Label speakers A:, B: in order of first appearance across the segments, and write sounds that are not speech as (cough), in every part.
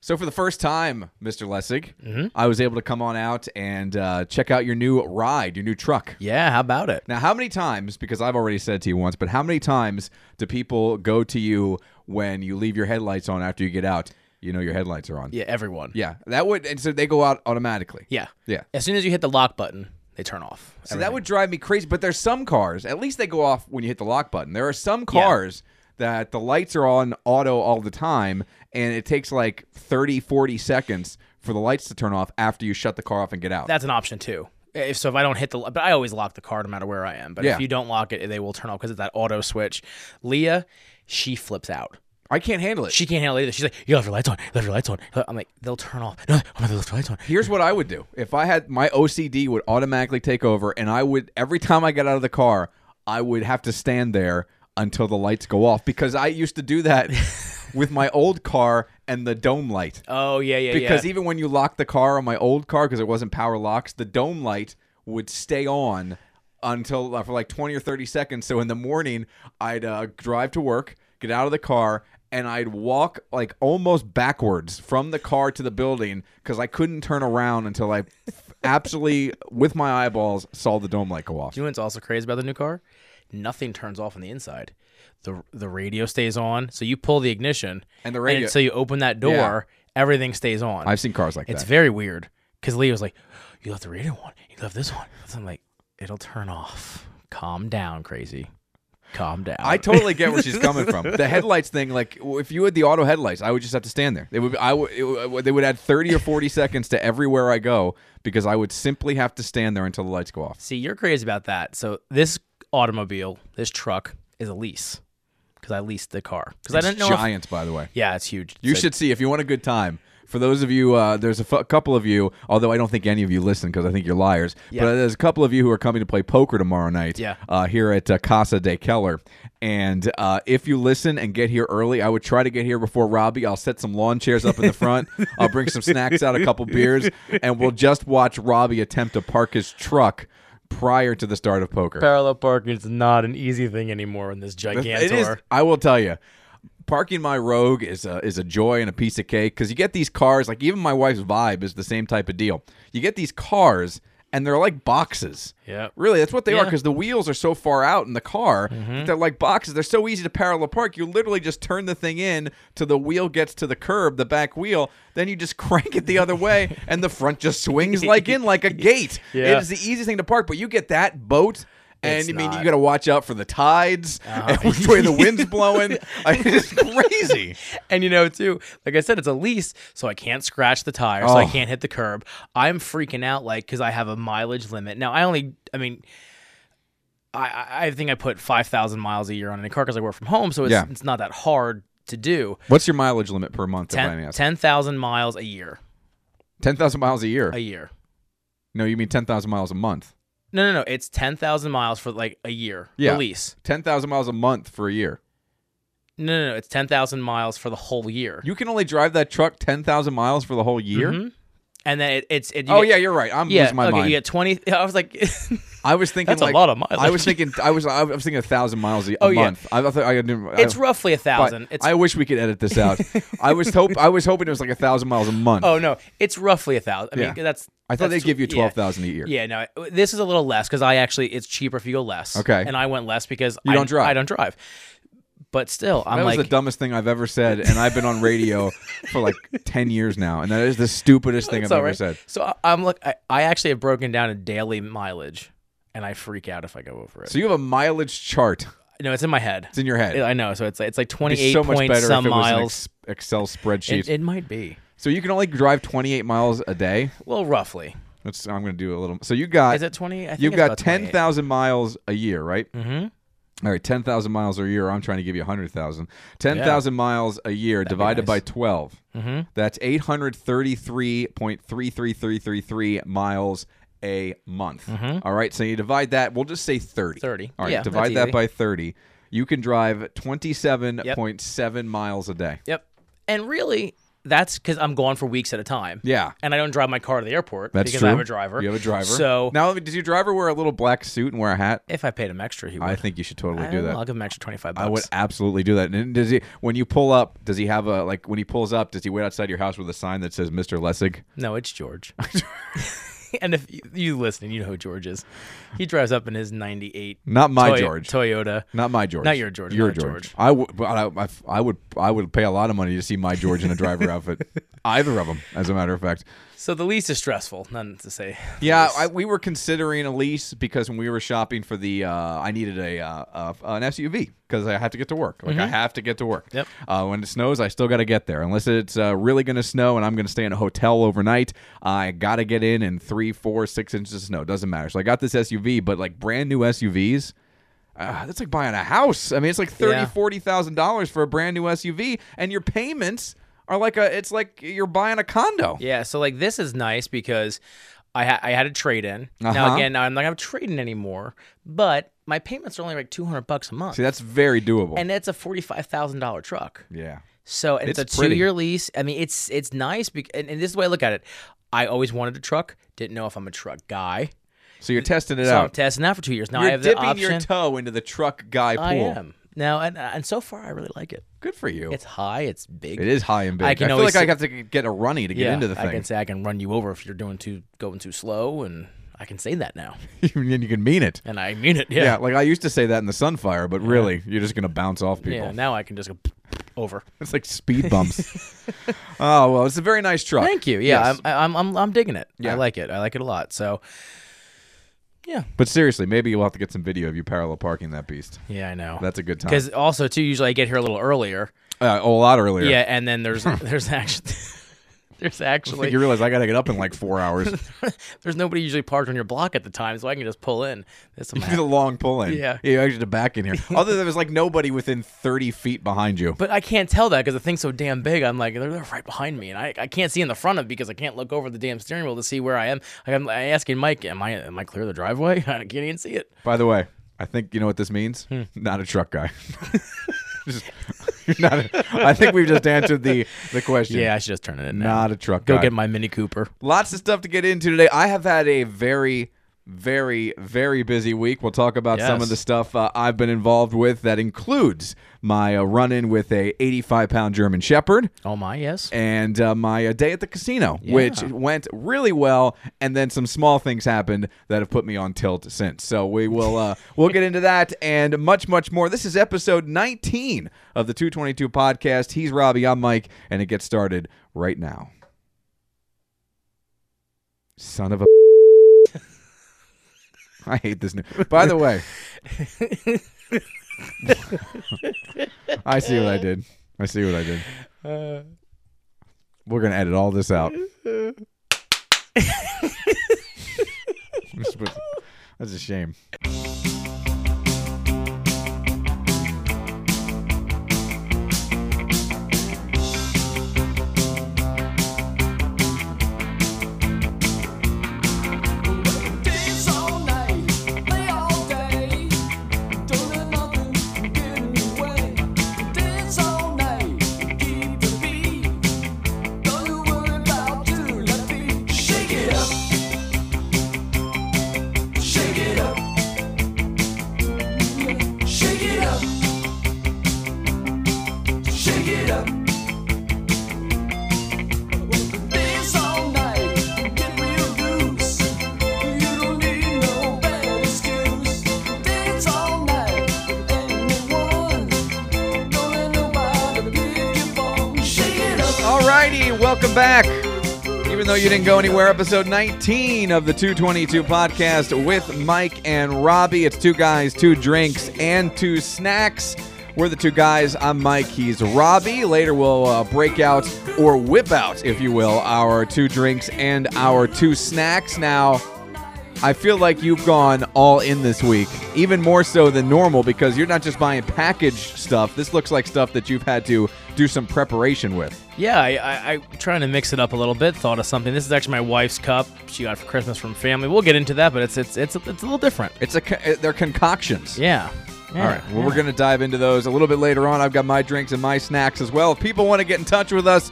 A: So for the first time, Mr. Lessig,
B: Mm-hmm.
A: I was able to come on out and uh, check out your new ride, your new truck.
B: Yeah, how about it?
A: Now, how many times, because I've already said to you once, but how many times do people go to you when you leave your headlights on after you get out? You know your headlights are on.
B: Yeah, everyone.
A: Yeah, that would, and so they go out automatically.
B: Yeah.
A: Yeah.
B: As soon as you hit the lock button, they turn off.
A: See, that would drive me crazy. But there's some cars, at least they go off when you hit the lock button. There are some cars that the lights are on auto all the time, and it takes like 30, 40 seconds for the lights to turn off after you shut the car off and get out.
B: That's an option too. If so, if I don't hit the, but I always lock the car no matter where I am. But
A: Yeah.
B: if you don't lock it, they will turn off because of that auto switch. Leah, she flips out.
A: I can't handle it.
B: She can't handle it either. She's like, "You left your lights on. You left your lights on." I'm like, "They'll turn off." No, I'm gonna leave the lights on.
A: Here's what I would do. If I had my OCD would automatically take over and I would every time I got out of the car, I would have to stand there until the lights go off because I used to do that with my old car and the dome light.
B: Oh yeah, yeah, yeah.
A: Because even when you locked the car on my old car because it wasn't power locks, the dome light would stay on until uh, for like 20 or 30 seconds. So in the morning, I'd uh, drive to work, get out of the car, and I'd walk like almost backwards from the car to the building because I couldn't turn around until I absolutely, with my eyeballs, saw the dome light go off.
B: You know what's also crazy about the new car? Nothing turns off on the inside. The the radio stays on. So you pull the ignition
A: And the radio-
B: until you open that door, everything stays on.
A: I've seen cars like
B: it's
A: that.
B: very weird. Because Lee was like, You left the radio on, you left this on. So I'm like, it'll turn off. Calm down, crazy. Calm down.
A: I totally get where she's coming from. The headlights thing, like w- if you had the auto headlights, I would just have to stand there. They would, I would, it would- they would add thirty or forty seconds to everywhere I go because I would simply have to stand there until the lights go off.
B: See, you're crazy about that. So this automobile, this truck, is a lease. Because I leased the car. Because I
A: It's
B: didn't know. if-
A: giants, by the way.
B: yeah, it's huge.
A: You
B: So-
A: should see if you want a good time. For those of you, uh, there's a f- couple of you, although I don't think any of you listen because I think you're liars,
B: Yeah.
A: but there's a couple of you who are coming to play poker tomorrow night
B: Yeah.
A: uh, here at uh, Casa de Keller. And uh, if you listen and get here early, I would try to get here before Robbie. I'll set some lawn chairs up in the
B: (laughs)
A: front. I'll bring some snacks out, a couple beers, and we'll just watch Robbie attempt to park his truck prior to the start of poker.
B: parallel parking is not an easy thing anymore in this gigantor.
A: It is. I will tell you, parking my Rogue is a is a joy and a piece of cake because you get these cars. Like even my wife's vibe is the same type of deal. You get these cars and they're like boxes.
B: Yep.
A: Really, that's what they are
B: Yeah. Mm-hmm.
A: because the wheels are so far out in the car. that They're like boxes. They're so easy to parallel park. You literally just turn the thing in till the wheel gets to the curb, the back wheel. Then you just (laughs) crank it the other way, and the front just swings like in
B: (laughs)
A: like a gate.
B: Yeah.
A: It is the easiest thing to park. But you get that boat, and
B: It's
A: I mean
B: not.
A: you got to watch out for the tides (laughs) and which way the wind's blowing. I mean, it's crazy.
B: (laughs) And you know, too, like I said, it's a lease, so I can't scratch the tire, so I
A: Oh.
B: can't hit the curb. I'm freaking out, like, because I have a mileage limit. Now, I only, I mean, I- I, I think I put 5,000 miles a year on a car because I work from home, so it's,
A: Yeah.
B: it's not that hard to do.
A: What's your mileage limit per month? if I may
B: Ten-
A: ask?
B: 10,000 miles a year.
A: Ten thousand miles a year.
B: A year.
A: no, you mean ten thousand miles a month.
B: No, no, no. It's 10,000 miles for like a year. the
A: Yeah.
B: lease.
A: Ten thousand miles a month for a year.
B: No, no, no. It's 10,000 miles for the whole year.
A: You can only drive that truck ten thousand miles for the whole year.
B: and then it, it's. It, Mm-hmm. you
A: Oh
B: get-
A: yeah, you're right. I'm
B: Yeah.
A: losing my
B: okay.
A: mind.
B: You get 20. (laughs) I was like,
A: I was thinking
B: That's a
A: like,
B: lot of mileage.
A: I was thinking I was I was thinking a thousand miles a, a
B: Oh, yeah.
A: month. I thought I didn't. I-
B: it's roughly a
A: but
B: thousand. It's
A: I wish we could edit this
B: (laughs)
A: out. I was hope I was hoping it was like a thousand miles a month.
B: oh no, it's roughly a thousand. I
A: Yeah.
B: mean, that's.
A: I thought
B: that's
A: they'd give you
B: yeah.
A: twelve thousand a year.
B: Yeah, no, this is a little less because I actually it's cheaper if you go less.
A: Okay.
B: and I went less because
A: You
B: I,
A: don't drive.
B: I don't drive. But still, I'm
A: that
B: like,
A: was the dumbest thing I've ever said, and I've been on radio for
B: (laughs)
A: like ten years now, and that is the stupidest thing
B: it's
A: I've
B: all
A: ever
B: right.
A: said.
B: So I, I'm like, I, I actually have broken down a daily mileage, and I freak out if I go over it.
A: So you have a mileage chart.
B: no, it's in my head.
A: It's in your head.
B: I know. So it's like, it's like
A: It'd
B: 28
A: be so much
B: point
A: better
B: some
A: if it was an
B: miles.
A: ex- Excel spreadsheet.
B: it, it might be.
A: so you can only drive twenty eight miles a day.
B: Well, roughly.
A: That's I'm going to do a little. So you got
B: Is it 20? I think
A: You've
B: it's
A: got
B: about 28.
A: ten thousand miles a year, right? Mm-hmm. right, ten thousand miles a year. I'm trying to give you hundred thousand. Ten thousand miles a year divided by
B: nice.
A: 12 Mm-hmm. That's eight hundred thirty-three point three three three three three miles a month. All right, so you divide that. We'll just say thirty.
B: 30.
A: All right,
B: Mm-hmm. Yeah, that's
A: divide that
B: easy.
A: by thirty. You can drive twenty-seven point seven miles a day.
B: Yep. And really, that's because I'm gone for weeks at a time.
A: Yeah.
B: And I don't drive my car to the airport
A: That's
B: because
A: true.
B: I have a driver.
A: You have a driver.
B: So
A: now, does your driver wear a little black suit and wear a hat?
B: if I paid him extra, he would.
A: I think you should totally
B: I
A: do
B: don't know,
A: that.
B: I'll give him extra twenty five bucks.
A: I would absolutely do that. And does he when you pull up? Does he have a like when he pulls up? Does he wait outside your house with a sign that says Mr. Lessig?
B: No, it's
A: (laughs)
B: George. (laughs) and if you, you listening, you know who George is. He drives up in his '98
A: Not my George.
B: Toyota.
A: Not my George.
B: Not your George,
A: Your
B: not
A: George.
B: George.
A: I would. but I, I, I would. I would pay a lot of money to see my George in a (laughs) driver outfit. Either of them, as a matter of fact.
B: So the lease is stressful. None to say.
A: Yeah, I, we were considering a lease because when we were shopping for the, uh, I needed a uh, uh, an SUV because I have to get to work. Like I have to get to work.
B: Mm-hmm. Yep.
A: Uh, when it snows, I still got to get there. Unless it's uh, really going to snow and I'm going to stay in a hotel overnight, I got to get in in three, four, six inches of snow. Doesn't matter. So I got this SUV, but like brand new SUVs. Uh, that's like buying a house. I mean, it's like thirty,
B: Yeah.
A: forty thousand dollars for a brand new SUV, and your payments are like a. It's like you're buying a condo.
B: (laughs) Yeah, so like this is nice because I ha- I had a trade in.
A: Uh-huh.
B: Now again, now I'm not gonna have trade in anymore, but my payments are only like 200 bucks a month,
A: See, that's very doable.
B: and it's a forty-five thousand dollar truck.
A: yeah.
B: So and it's,
A: It's
B: a
A: pretty.
B: two-year lease. I mean, it's it's nice. Bec- and, and this is the way I look at it. I always wanted a truck. Didn't know if I'm a truck guy.
A: So you're testing it
B: So I'm
A: out.
B: testing that for two years. Now I
A: You're
B: have the
A: dipping
B: option.
A: your toe into the truck guy pool.
B: I am now, and uh, and so far I really like it.
A: Good for you.
B: It's high. It's big.
A: It is high and big. I,
B: I can
A: feel like
B: always
A: I
B: sit-
A: have to get a runny to get into the
B: I
A: (laughs)
B: can
A: thing.
B: say I can run you over if you're doing too going too slow, and I can say that now,
A: and you can mean it.
B: and I mean it.
A: Yeah. like I used to say that in the Sunfire, but really, you're just gonna bounce off people.
B: Yeah, now I can just go over.
A: (laughs) It's like
B: (laughs)
A: speed bumps. oh well, it's a very nice truck.
B: Thank you. Yeah,
A: Yes.
B: I'm, I'm, I'm, I'm digging it.
A: Yeah.
B: I like it. I like it a lot. So, yeah,
A: But seriously, maybe you'll have to get some video of you parallel parking that beast.
B: yeah, I know.
A: That's a good time.
B: Because also too, usually I get here a little earlier.
A: Uh, oh, a lot earlier.
B: Yeah, and then there's there's actually (laughs) there's actually
A: (laughs) you realize I gotta get up in like four hours.
B: (laughs)
A: (laughs)
B: there's nobody usually parked on your block at the time, so I can just pull in. This will
A: Do the
B: happen.
A: long pull in.
B: Yeah.
A: you actually the back
B: (laughs)
A: in here. Other than there's like nobody within thirty feet behind you.
B: But I can't tell that because the thing's so damn big. I'm like, they're, they're right behind me, and I, I can't see in the front of because I can't look over the damn steering wheel to see where I am. Like I'm, i asking Mike, am I am I clear of the driveway? (laughs) I can't even see it.
A: By the way, I think you know what this means.
B: Hmm.
A: Not a truck guy. (laughs) Just- you're not a- I think we've just answered the the question.
B: Yeah, I should just turn it in. now.
A: Not a truck
B: Go
A: guy.
B: get my Mini Cooper.
A: Lots of stuff to get into today. I have had a very, very, very busy week. We'll talk about some
B: Yes.
A: of the stuff uh, I've been involved with that includes my uh, run in with a 85 pound German Shepherd.
B: Oh my, yes.
A: and uh, my uh, day at the casino, which went really well. And then some small things happened that have put me on tilt since. So we will uh, we'll get into that and much much more. This is episode 19 of the 222 podcast. He's Robbie. I'm Mike, and it gets started right now. Son of a. (laughs) I hate this. New- By the way, (laughs) I see what I did. I see what I did. We're gonna edit all this out. (laughs) This was- That's a shame.
C: Dance all night, play all day, doing nothing, getting away. Dance all night, keep the beat. Don't you worry about you, let me shake it up, shake it up, shake it up, shake it up. Dance all night, get real loose. You don't need no bad excuse. Dance all night with anyone. Don't let nobody give you wrong. Shake it up.
A: Alrighty, welcome back. Even though you didn't go anywhere, episode 19 of the 222 podcast with Mike and Robbie. It's two guys, two drinks, and two snacks. We're the two guys. I'm Mike. He's Robbie. Later, we'll uh, break out or whip out, if you will, our two drinks and our two snacks. Now, I feel like you've gone all in this week, even more so than normal, because you're not just buying packaged stuff. This looks like stuff that you've had to do some preparation with.
B: Yeah, I, I, I trying to mix it up a little bit. Thought of something. This is actually my wife's cup. She got it for Christmas from family. We'll get into that, but it's it's it's, it's a little different.
A: It's a co- uh, they're concoctions.
B: Yeah.
A: All right. Well, we're gonna dive into those a little bit later on. I've got my drinks and my snacks as well. If people want to get in touch with us,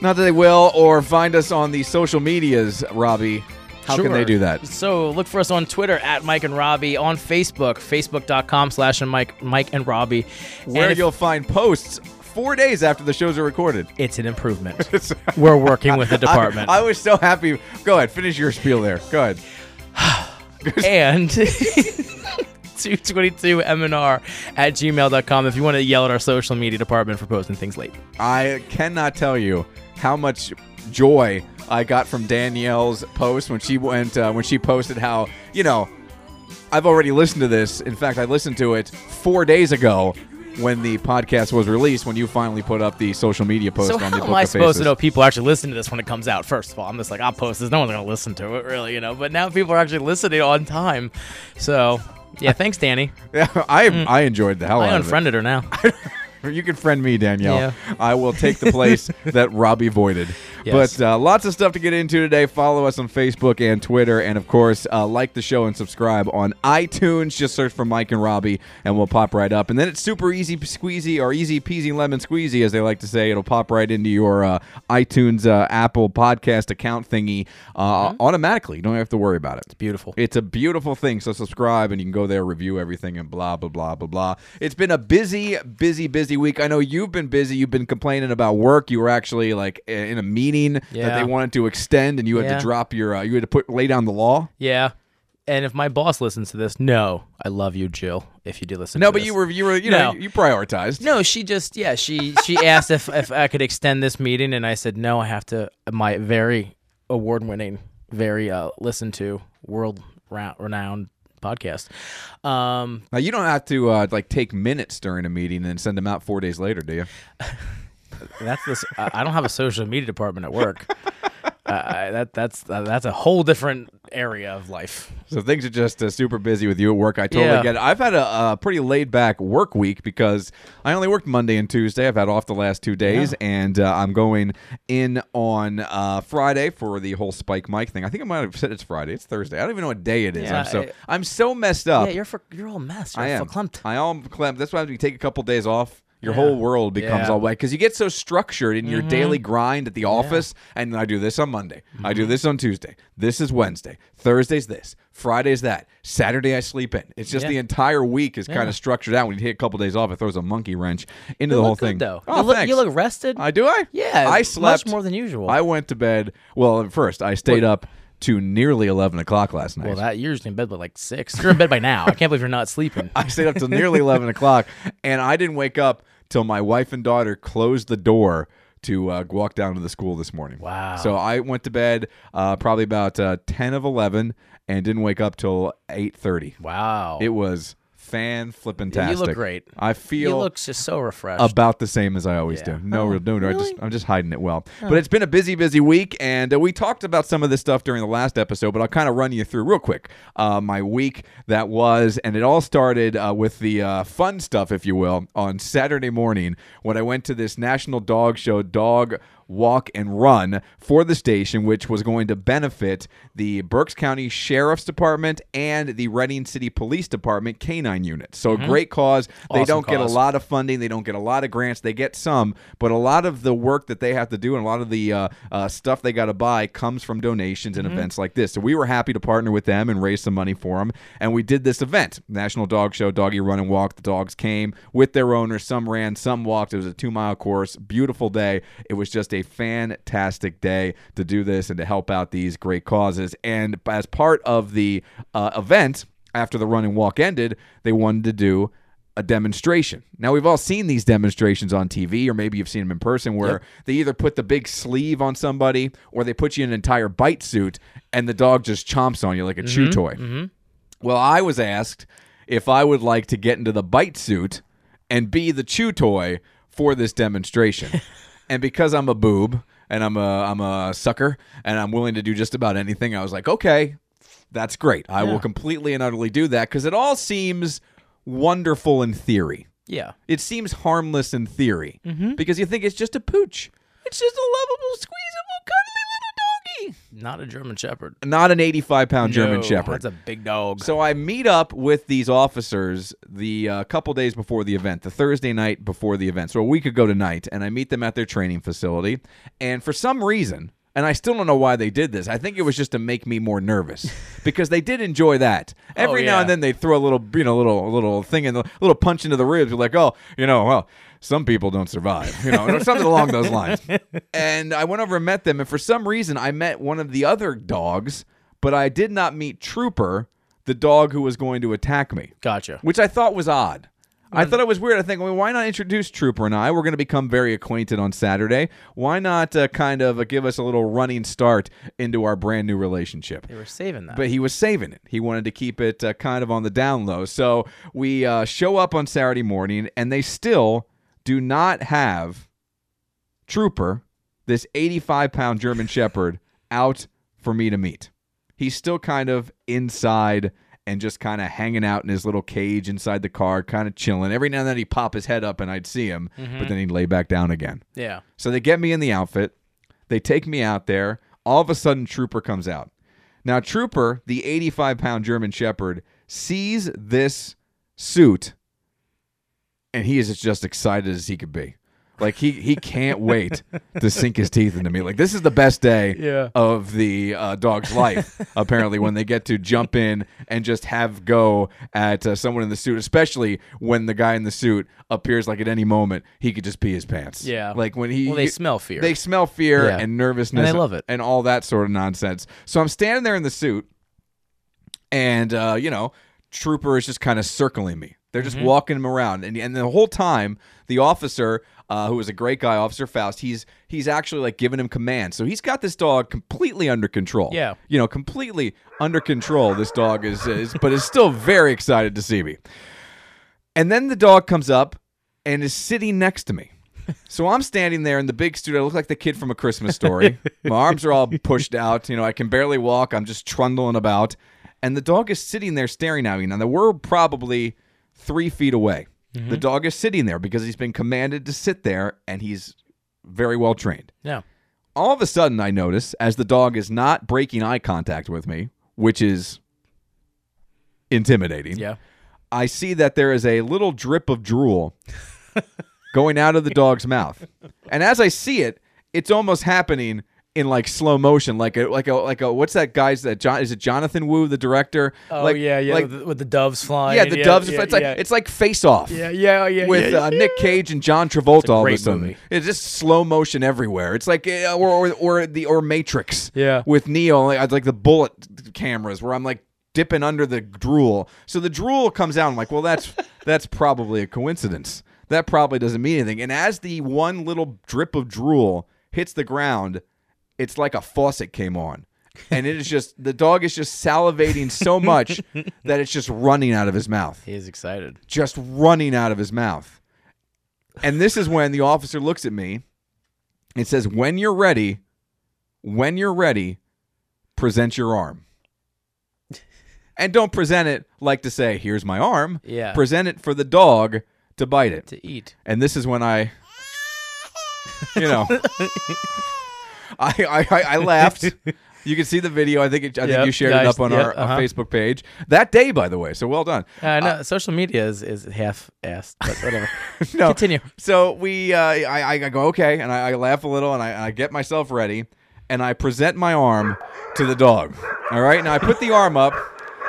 A: Not that they will, or find us on the social medias, Robbie. How can they
B: Sure.
A: do that?
B: So look for us on Twitter at Mike and Robbie, on Facebook, facebook.com slash and Mike Mike and Robbie.
A: Where
B: and if-
A: you'll find posts four days after the shows are recorded.
B: it's
A: (laughs)
B: an improvement. We're working with the (laughs) department.
A: I, I was so happy. Go ahead, finish your spiel there. Go ahead.
B: and (laughs) 222mnr at gmail.com if you want to yell at our social media department for posting things late.
A: I cannot tell you how much joy I got from Danielle's post when she went uh, when she posted how you know I've already listened to this. In fact, I listened to it four days ago when the podcast was released. When you finally put up the social media post
B: So
A: on
B: how
A: the book
B: am I
A: of
B: supposed to
A: Faces.
B: know people actually listen to this when it comes out? First of all, I'm just like, I'll post this. No one's going to listen to it, really, you know. But now people are actually listening on time. So, yeah, thanks, Danny.
A: Yeah, (laughs) I I enjoyed the hell
B: Hmm. I
A: out of it.
B: unfriended her (laughs) now.
A: You can friend me, Danielle.
B: Yeah.
A: I will take the
B: (laughs)
A: place that Robbie voided.
B: Yes.
A: But uh, lots of stuff to get into today. Follow us on Facebook and Twitter. And of course, uh, like the show and subscribe on iTunes. Just search for Mike and Robbie and we'll pop right up. And then it's super easy squeezy or easy peasy lemon squeezy, as they like to say. It'll pop right into your uh, iTunes uh, Apple podcast account thingy uh,
B: Mm-hmm.
A: automatically. You don't have to worry about it.
B: Beautiful.
A: It's a beautiful thing. So subscribe and you can go there, review everything, and blah, blah, blah, blah, blah. It's been a busy, busy, busy week. I know you've been busy. You've been complaining about work. You were actually like i- in a meeting that
B: Yeah.
A: they wanted to extend and you had
B: Yeah.
A: to drop your, uh, you had to put, lay down the law.
B: Yeah. And if my boss listens to this, no, I love you, Jill. If you do listen,
A: No,
B: to
A: but
B: this.
A: you were, you were, you know,
B: No.
A: you prioritized.
B: No, she just yeah she (laughs) she asked if if I could extend this meeting, and I said no. I have to my very award winning, very uh listened to world ra- renowned podcast. Um,
A: Now, you don't have to uh, like take minutes during a meeting and then send them out four days later, do you?
B: that's this. I I don't have a social media department at work. (laughs) Uh, I, that that's uh, that's a whole different area of life.
A: So things are just uh, super busy with you at work. I totally
B: Yeah.
A: get it. I've had a, a pretty laid back work week because I only worked Monday and Tuesday. I've had off the last two days, and uh, I'm going in on uh, Friday for the whole Spike Mike thing. I think I might have said it's Friday. It's Thursday. I don't even know what day it is.
B: Yeah,
A: I'm so
B: I-
A: I, am so messed up.
B: Yeah, you're for, you're all messed. You're
A: I am.
B: clumped.
A: I am clumped. That's why if you take a couple days off, your whole world becomes
B: Yeah. Mm-hmm.
A: all wet because you get so structured in your daily grind at the office. And I do this on Monday. I do this on Tuesday. This is Wednesday. Thursday's this. Friday's that. Saturday I sleep in. It's just
B: Yeah.
A: the entire week is kind of structured out. When you take a couple days off, it throws a monkey wrench into the
B: You
A: whole
B: look good,
A: thing.
B: though.
A: Oh,
B: you, look,
A: thanks.
B: you look rested.
A: I do. I
B: Yeah,
A: I
B: much
A: slept
B: more than usual.
A: I went to bed. Well, at first I stayed up to nearly eleven o'clock last night.
B: well, that you're usually in bed by like six. You're in bed by now. I can't believe you're not sleeping.
A: (laughs) I stayed up till nearly 11 o'clock, and I didn't wake up till my wife and daughter closed the door to uh, walk down to the school this morning.
B: Wow.
A: So I went to bed uh, probably about uh, 10 of 11 and didn't wake up till 8.30.
B: Wow.
A: It was fan flipping tastic.
B: you look great.
A: I
B: He
A: feel
B: looks just so refreshed.
A: about the same as I always
B: Yeah.
A: do. No
B: Oh,
A: real, no, no. I just,
B: really?
A: I'm just hiding it well. But it's been a busy, busy week, and uh, we talked about some of this stuff during the last episode. But I'll kind of run you through real quick uh, my week that was, and it all started uh, with the uh, fun stuff, if you will, on Saturday morning when I went to this national dog show, dog walk and run for the station, which was going to benefit the Berks County Sheriff's Department and the Reading City Police Department canine unit. So
B: Mm-hmm.
A: a great cause. they
B: Awesome
A: don't get a
B: cause.
A: lot of funding. They don't get a lot of grants. They get some, but a lot of the work that they have to do and a lot of the uh, uh, stuff they got to buy comes from donations
B: Mm-hmm.
A: and events like this. So we were happy to partner with them and raise some money for them. And we did this event, National Dog Show, Doggy Run and Walk. The dogs came with their owners. Some ran, some walked. It was a two mile course. Beautiful day. It was just a fantastic day to do this and to help out these great causes. And as part of the uh, event, after the run and walk ended, they wanted to do a demonstration. Now we've all seen these demonstrations on TV, or maybe you've seen them in person, where they either put the big sleeve on somebody, or they put you in an entire bite suit, and the dog just chomps on you like a chew toy. Well, I was asked if I would like to get into the bite suit and be the chew toy for this demonstration. and because I'm a boob and I'm a I'm a sucker and I'm willing to do just about anything, I was like, okay, that's great. I will completely and utterly do that because it all seems wonderful in theory.
B: yeah.
A: It seems harmless in
B: Mm-hmm.
A: theory because you think it's just a pooch. It's just a lovable, squeezable, cuddly little doggy. Really?
B: Not a German Shepherd.
A: Not an 85 pound German
B: No,
A: Shepherd.
B: That's a (laughs) big dog.
A: So I meet up with these officers the uh, couple days before the event, the Thursday night before the event. So a week ago tonight, and I meet them at their training facility. And for some reason, and I still don't know why they did this. I think it was just to make me more
B: (laughs)
A: nervous because they did enjoy that. Every now
B: yeah.
A: and then they throw a little, you know, little little thing in the little punch into the ribs. You're like, oh, you know, well, some people don't survive, you know, or something along those lines. And I went over and met them, and for some reason, I met one of the other dogs, but I did not meet Trooper, the dog who was going to attack me,
B: Gotcha.
A: which I thought was odd. I thought it was weird. I think, well, why not introduce Trooper and I? We're going to become very acquainted on Saturday. Why not uh, kind of uh, give us a little running start into our brand new relationship?
B: They were saving that.
A: but he was saving it. He wanted to keep it uh, kind of on the down low. So we uh, show up on Saturday morning, and they still do not have Trooper, this 85 pound German Shepherd, out for me to meet. He's still kind of inside and just kind of hanging out in his little cage inside the car, kind of chilling. Every now and then he'd pop his head up and I'd see him, but then he'd lay back down again.
B: yeah.
A: So they get me in the outfit. They take me out there. All of a sudden, Trooper comes out. Now, Trooper, the 85 pound German Shepherd, sees this suit and he is just excited as he could be. Like he he
B: (laughs)
A: can't wait to sink his teeth into me. Like this is the best day
B: Yeah.
A: of the uh, dog's
B: (laughs)
A: life. apparently, when they get to jump in and just have go at uh, someone in the suit, especially when the guy in the suit appears like at any moment he could just pee his pants.
B: Yeah.
A: like when he
B: Well, they smell fear.
A: They smell fear
B: Yeah.
A: and nervousness.
B: And they love it.
A: and all that sort of nonsense. So I'm standing there in the suit, and uh, you know, trooper is just kind of circling me. They're just
B: Mm-hmm.
A: walking him around, and and the whole time, the officer, uh, who is a great guy, Officer Faust, he's he's actually like giving him commands. So he's got this dog completely under control.
B: Yeah.
A: you know, completely under control. This dog is, is but is still very excited to see me. And then the dog comes up and is sitting next to me. So I'm standing there in the big studio. I look like the kid from A Christmas Story. My arms are all pushed out. You know, I can barely walk. I'm just trundling about. And the dog is sitting there staring at me. Now, we're probably three feet away. The dog is sitting there because he's been commanded to sit there and he's very well trained.
B: yeah.
A: All of a sudden, I notice as the dog is not breaking eye contact with me, which is intimidating.
B: Yeah.
A: I see that there is a little drip of drool going out of the dog's mouth. And as I see it, it's almost happening in like slow motion, like a like a like a what's that guy's that John is it Jonathan Wu, the director?
B: Oh
A: like,
B: yeah, yeah.
A: like,
B: with, the, with the doves flying.
A: yeah, the doves.
B: Yeah,
A: it's like
B: yeah.
A: it's like Face Off
B: yeah, yeah, yeah.
A: with
B: yeah,
A: uh,
B: yeah.
A: Nick Cage and John Travolta. all of a
B: great
A: sudden,
B: movie.
A: it's just slow motion everywhere. It's like uh, or, or or the or Matrix.
B: Yeah.
A: with Neo, like, I'd like the bullet cameras where I'm like dipping under the drool. So the drool comes out. I'm like, well, that's (laughs) that's probably a coincidence. That probably doesn't mean anything. And as the one little drip of drool hits the ground, it's like a faucet came on. And it is just the dog is just salivating so
B: (laughs)
A: much that it's just running out of his mouth
B: He is excited.
A: just running out of his mouth. And this is when the officer looks at me and says, When you're ready, when you're ready, present your
B: (laughs)
A: arm. And don't present it like to say, Here's my arm.
B: Yeah.
A: Present it for the dog to bite it.
B: To eat.
A: And this is when
B: (laughs)
A: I, you know, I, I I I laughed.
B: (laughs)
A: You can see the video. I think it, I think
B: Yep,
A: you shared it
B: nice.
A: up on
B: Yep,
A: our,
B: uh-huh.
A: our Facebook page that day. By the way, so well done.
B: Uh, no, social media is, is half assed, but whatever.
A: (laughs) No.
B: Continue.
A: (laughs) So we, uh, I, I go okay, and I, I laugh a little, and I, I get myself ready, and I present my arm to the dog. All right, now I put the arm up.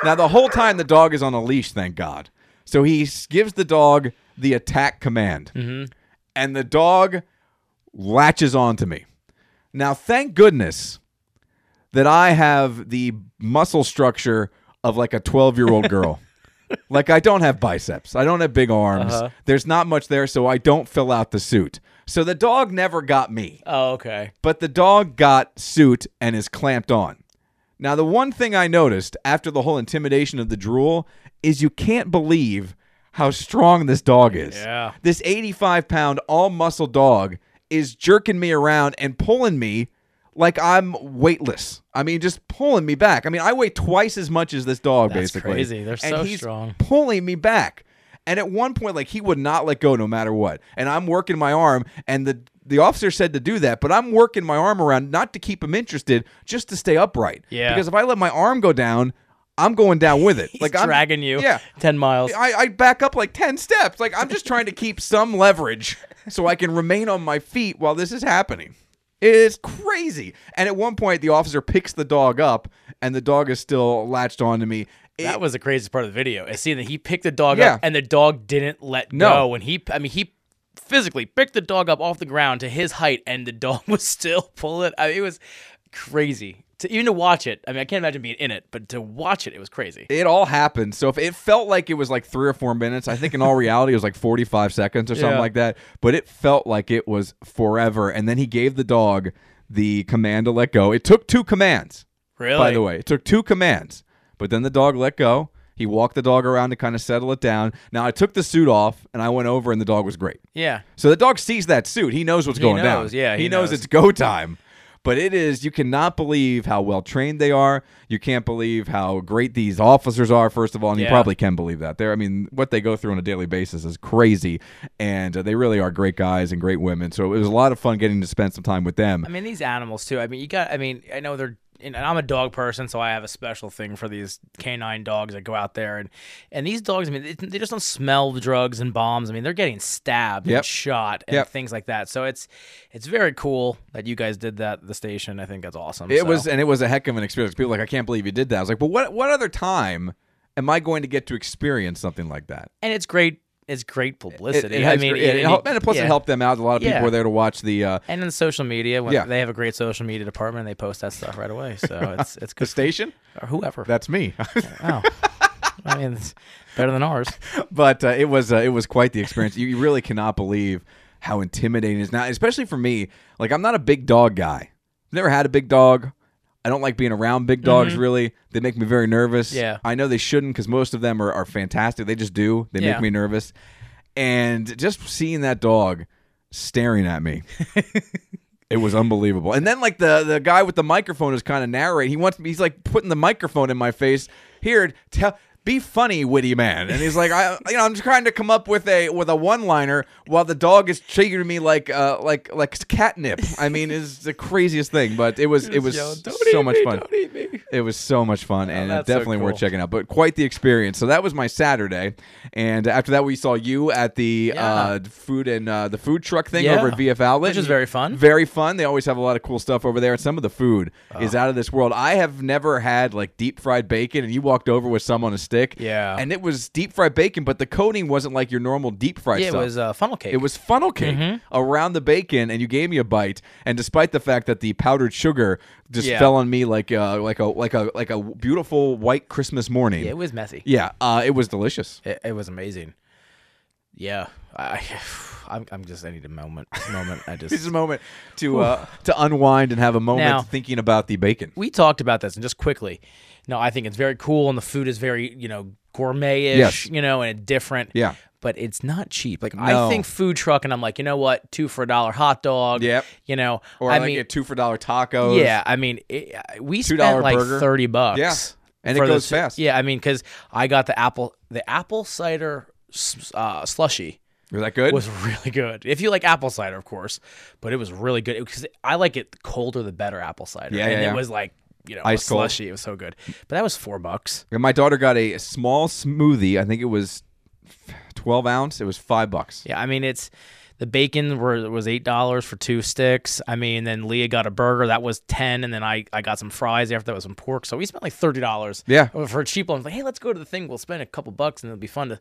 A: Now the whole time the dog is on a leash, thank God. So he s- gives the dog the attack command, and the dog latches onto me. Now, thank goodness that I have the muscle structure of like a 12 year old girl. like, I don't have biceps, I don't have big arms.
B: Uh-huh.
A: There's not much there, so I don't fill out the suit. So the dog never got me,
B: Oh, okay.
A: but the dog got suit and is clamped on. Now, the one thing I noticed after the whole intimidation of the drool is you can't believe how strong this dog is.
B: Yeah.
A: This 85 pound, all muscle dog is jerking me around and pulling me like I'm weightless. I mean, just pulling me back. I mean, I weigh twice as much as this dog,
B: That's
A: basically.
B: crazy. They're so
A: and he's
B: strong.
A: Pulling me back. And at one point, like he would not let go no matter what. And I'm working my arm, and the the officer said to do that, but I'm working my arm around not to keep him interested, just to stay upright.
B: Yeah.
A: Because if I let my arm go down, I'm going down with
B: (laughs)
A: it.
B: Like
A: like I'm
B: dragging you
A: Yeah.
B: 10 miles.
A: I, I back up like 10 steps. Like, I'm just trying to keep some leverage so I can remain on my feet while this is happening. It is crazy. And at one point, the officer picks the dog up, and the dog is still latched onto me. It-
B: that was the craziest part of the video. Is seeing that he picked the dog
A: Yeah.
B: up and the dog didn't let
A: No.
B: go. And he, I mean, he physically picked the dog up off the ground to his height and the dog (laughs) was still pulling. I mean, it was crazy. To even to watch it, I mean, I can't imagine being in it, but to watch it, it was crazy.
A: it all happened. So if it felt like it was like three or four minutes, I think in all reality it was like forty five seconds or something
B: Yeah.
A: like that. But it felt like it was forever. And then he gave the dog the command to let go. It took two commands.
B: Really?
A: By the way, it took two commands. But then the dog let go. He walked the dog around to kind of settle it down. Now I took the suit off and I went over and the dog was great.
B: Yeah.
A: So the dog sees that suit. He knows what's going
B: knows,
A: down.
B: yeah,
A: he,
B: he
A: knows,
B: knows.
A: it's go time. But it is, you cannot believe how well trained they are. You can't believe how great these officers are, first of all. And you
B: Yeah.
A: probably can believe that. They're, I mean, what they go through on a daily basis is crazy. And uh, they really are great guys and great women. So it was a lot of fun getting to spend some time with them.
B: I mean, these animals too. I mean, you got. I mean, I know they're. And I'm a dog person, so I have a special thing for these canine dogs that go out there and and these dogs. I mean, it, they just don't smell the drugs and bombs. I mean, they're getting stabbed
A: Yep.
B: and shot and
A: Yep.
B: things like that. So it's it's very cool that you guys did that. at The station, I think that's awesome.
A: It
B: So-
A: was, and it was a heck of an experience. People were like, I can't believe you did that. I was like, but what, what other time am I going to get to experience something like that?
B: and it's great. It's great publicity. I
A: has-
B: mean,
A: it- it
B: and-
A: helped- and plus it
B: yeah.
A: helped them out. A lot of people
B: Yeah.
A: were there to watch the uh,
B: And in social media, when
A: Yeah.
B: they have a great social media department, and they post that stuff right away. So
A: (laughs)
B: it's it's
A: the
B: good.
A: station.
B: Or whoever.
A: That's me. (laughs)
B: oh, I mean, it's better than ours.
A: but uh, it was uh, it was quite the experience. You, you really cannot believe how intimidating it is now, especially for me. Like I'm not a big dog guy. Never had a big dog. I don't like being around big dogs. Really, they make me very nervous.
B: Mm-hmm. Yeah.
A: I know they shouldn't because most of them are, are fantastic. They just do. They make
B: Yeah.
A: me nervous. And just seeing that dog staring at me. It was unbelievable. And then like the the guy with the microphone is kind of narrating. He wants me. He's like putting the microphone in my face. Here, tell be funny, witty man. And he's like, I you know, I'm trying to come up with a with a one liner while the dog is treating me like uh like like catnip. I mean, is the craziest thing. But it was it was
B: yelling, "Don't
A: so
B: eat
A: much
B: me,
A: fun.
B: don't eat me.
A: It was so much fun and
B: that's so
A: definitely worth
B: cool.
A: checking out. But quite the experience. So that was my Saturday, and after that we saw you at the
B: Yeah.
A: uh, food and uh, the food truck thing
B: Yeah.
A: over at VF Outlet,
B: Which is very fun.
A: Very fun. They always have a lot of cool stuff over there, and some of the food
B: Uh-huh.
A: is out of this world. I have never had like deep fried bacon, and you walked over with some on a stick,
B: Yeah.
A: and it was deep fried bacon, but the coating wasn't like your normal deep fried
B: Yeah, it
A: stuff.
B: was Mm-hmm. uh, funnel cake.
A: It was funnel cake around the bacon, and you gave me a bite. And despite the fact that the powdered sugar just
B: Yeah.
A: fell on me like uh, like a like a like a beautiful white Christmas morning.
B: Yeah,
A: Yeah,
B: it was messy.
A: uh, it was delicious.
B: It, it was amazing. Yeah, I, (sighs) I'm, I'm just. I need a moment. Moment.
A: (laughs)
B: I
A: This is
B: just.
A: a moment to uh, to unwind and have a moment
B: Now-
A: thinking about the bacon.
B: we talked about this, and just quickly. No, I think it's very cool, and the food is very, you know, gourmet-ish,
A: Yes.
B: you know, and different.
A: Yeah.
B: But it's not cheap. Like
A: No.
B: I think food truck, and I'm like, you know what, two for a dollar hot dog.
A: Yep.
B: You know,
A: Or
B: I
A: like
B: mean,
A: a two for dollar tacos.
B: Yeah, I mean, it, we
A: $2
B: spent like
A: burger.
B: thirty bucks.
A: Yeah, and it
B: for the
A: goes
B: two-
A: fast.
B: Yeah, I mean, because I got the apple, the apple cider s- uh, slushy
A: was that good?
B: was really good. If you like apple cider, of course, but it was really good because I like it colder the better apple cider.
A: Yeah,
B: and
A: yeah,
B: it
A: yeah.
B: was like you know a
A: Ice cold.
B: slushy. It was so good. But that was four bucks.
A: And my daughter got a small smoothie. I think it was twelve ounce. It was five bucks.
B: Yeah, I mean it's. The bacon were, was eight dollars for two sticks. I mean, then Leah got a burger that was ten, and then I, I got some fries after that with some pork. So we spent like thirty dollars.
A: Yeah.
B: for a cheap one. Like, hey, let's go to the thing. We'll spend a couple bucks, and it'll be fun to.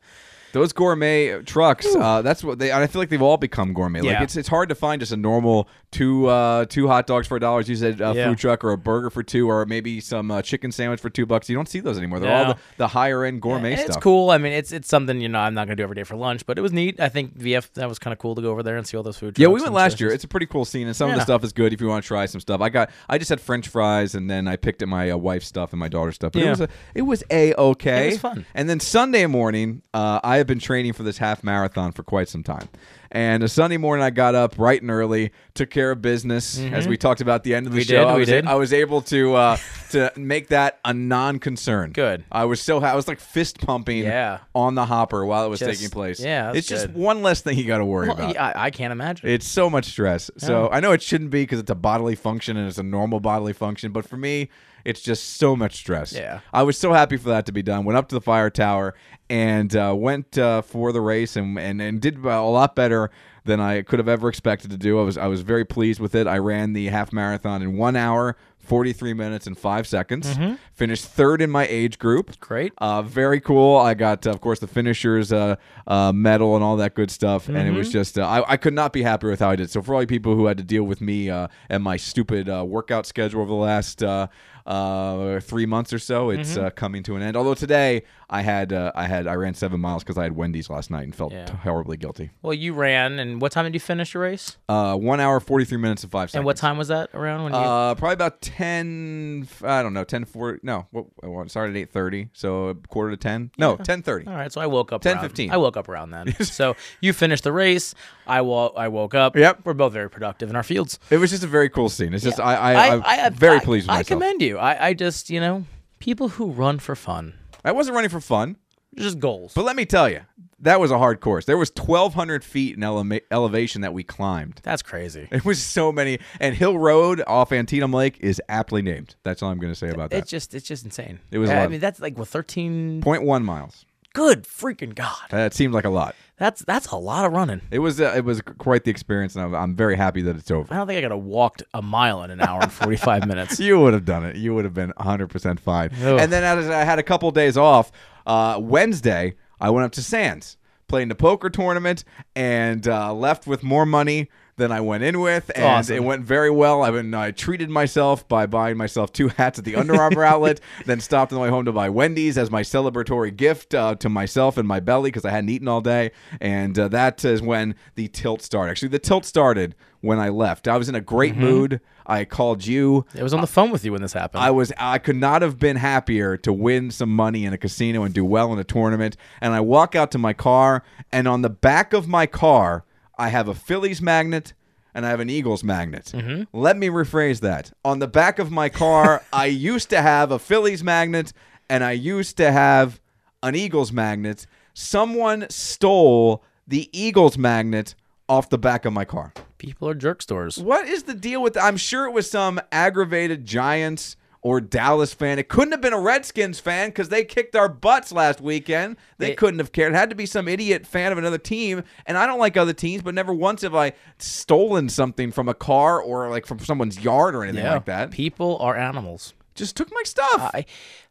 A: Those gourmet trucks, uh, that's what they. And I feel like they've all become gourmet. Like
B: Yeah.
A: it's it's hard to find just a normal two uh, two hot dogs for a dollar. as You said uh,
B: Yeah.
A: food truck or a burger for two, or maybe some uh, chicken sandwich for two bucks. You don't see those anymore. They're all
B: No.
A: the, the higher end gourmet
B: and
A: stuff.
B: it's cool. I mean, it's it's something you know I'm not gonna do every day for lunch, but it was neat. I think VF that was kind of cool to go over there and see all those food.
A: Yeah, we
B: trucks
A: went
B: and
A: last year.
B: places.
A: It's a pretty cool scene, and some of the
B: Yeah.
A: stuff is good if you want to try some stuff. I got, I just had French fries, and then I picked up my uh, wife's stuff and my daughter's stuff. But it
B: Yeah.
A: was, a, it was a okay.
B: It was fun.
A: And then Sunday morning, uh, I have been training for this half marathon for quite some time, And a Sunday morning, I got up bright and early, took care of business. As we talked about at the end of the
B: Mm-hmm. We
A: show,
B: did,
A: I,
B: we
A: was,
B: did.
A: I was able to uh, to make that a non-concern.
B: Good.
A: I was so ha- I was like fist pumping
B: Yeah.
A: on the hopper while it was
B: Just-
A: taking place.
B: yeah, that's
A: it's just
B: good.
A: one less thing you got to worry
B: Well,
A: about.
B: yeah, I, I can't imagine.
A: It's so much stress. So I know it shouldn't be because it's a bodily function and it's a normal bodily function, but for me, it's just so much stress.
B: Yeah.
A: I was so happy for that to be done. Went up to the fire tower and uh, went uh, for the race and, and and did a lot better than I could have ever expected to do. I was I was very pleased with it. I ran the half marathon in one hour. 43 minutes and five seconds. Finished third in my age group.
B: Mm-hmm. Great.
A: Uh, very cool. I got, uh, of course, the finishers uh, uh, medal and all that good stuff, and
B: Mm-hmm.
A: it was just uh, I, I could not be happier with how I did. So for all you people who had to deal with me uh, and my stupid uh, workout schedule over the last uh, uh, three months or so, it's
B: Mm-hmm.
A: uh, coming to an end. Although today I had uh, I had I ran seven miles because I had Wendy's last night and felt
B: Yeah.
A: horribly guilty.
B: well, you ran, and what time did you finish your race?
A: Uh, one hour forty three minutes and five seconds.
B: And what time was that around when you?
A: Uh, probably about ten. I don't know, ten forty. No, what, I started at eight thirty, so quarter to ten. No, ten thirty.
B: All right, so I woke up
A: 10:15.
B: around- I woke up
A: (laughs)
B: around then. so you finished the race. I wa- I woke up.
A: Yep.
B: We're both very productive in our fields.
A: It was just a very cool scene. It's just I, I, I, am
B: I-
A: very
B: I-
A: pleased with
B: I
A: myself.
B: commend you. I, I just you know people who run for fun,
A: I wasn't running for fun,
B: just goals.
A: but let me tell you, that was a hard course. There was 1,200 feet in elema- elevation that we climbed.
B: That's crazy.
A: It was so many, and Hill Road off Antietam Lake is aptly named. That's all I'm going to say about that.
B: It's just it's just insane.
A: It was a
B: I, I
A: lot.
B: mean that's like with thirteen.
A: Point one miles.
B: Good freaking god.
A: That seemed like a lot.
B: That's that's a lot of running.
A: It was uh, it was quite the experience, and I'm, I'm very happy that it's over.
B: I don't think I could have walked a mile in an hour and forty five
A: (laughs)
B: minutes.
A: You would have done it. You would have been 100% fine.
B: Ugh.
A: And then as I had a couple days off, uh, Wednesday, I went up to Sands, played in the poker tournament, and uh, left with more money than I went in with. And
B: Awesome.
A: it went very well. I, went, and I treated myself by buying myself two hats at the Under Armour
B: (laughs)
A: outlet, then stopped on the way home to buy Wendy's as my celebratory gift uh, to myself and my belly because I hadn't eaten all day. And uh, that is when the tilt started. Actually, the tilt started when I left. I was in a great
B: Mm-hmm.
A: mood. I called you.
B: I was on the phone with you when this happened.
A: I was I could not have been happier to win some money in a casino and do well in a tournament. And I walk out to my car, and on the back of my car, I have a Phillies magnet and I have an Eagles magnet. Let me rephrase that. On the back of my car, I used to have a Phillies magnet and I used to have an Eagles magnet. Someone stole the Eagles magnet off the back of my car.
B: People are jerk stores.
A: What is the deal with? I'm sure it was some aggravated Giants or Dallas fan. It couldn't have been a Redskins fan because they kicked our butts last weekend. They
B: It-
A: couldn't have cared. It had to be some idiot fan of another team. And I don't like other teams, but never once have I stolen something from a car or like from someone's yard or anything
B: Yeah.
A: like that.
B: People are animals.
A: Just took my stuff.
B: I,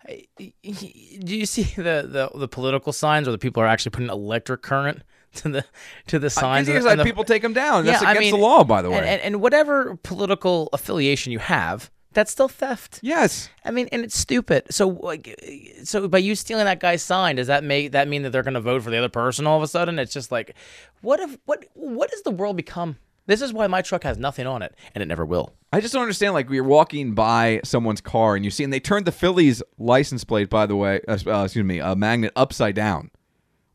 B: I, do you see the, the the political signs where the people are actually putting electric current to the to the signs?
A: Because
B: and the- and the-
A: people take them down. That's
B: Yeah, I
A: against
B: mean,
A: the law, by the way.
B: and, and, and whatever political affiliation you have, that's still theft.
A: yes.
B: I mean, and it's stupid. So, like, so by you stealing that guy's sign, does that make that mean that they're going to vote for the other person all of a sudden? It's just like, what if what what does the world become? This is why my truck has nothing on it, and it never will.
A: I just don't understand. Like we are walking by someone's car, and you see, and they turned the Phillies license plate, by the way, uh, uh, excuse me, a magnet upside down.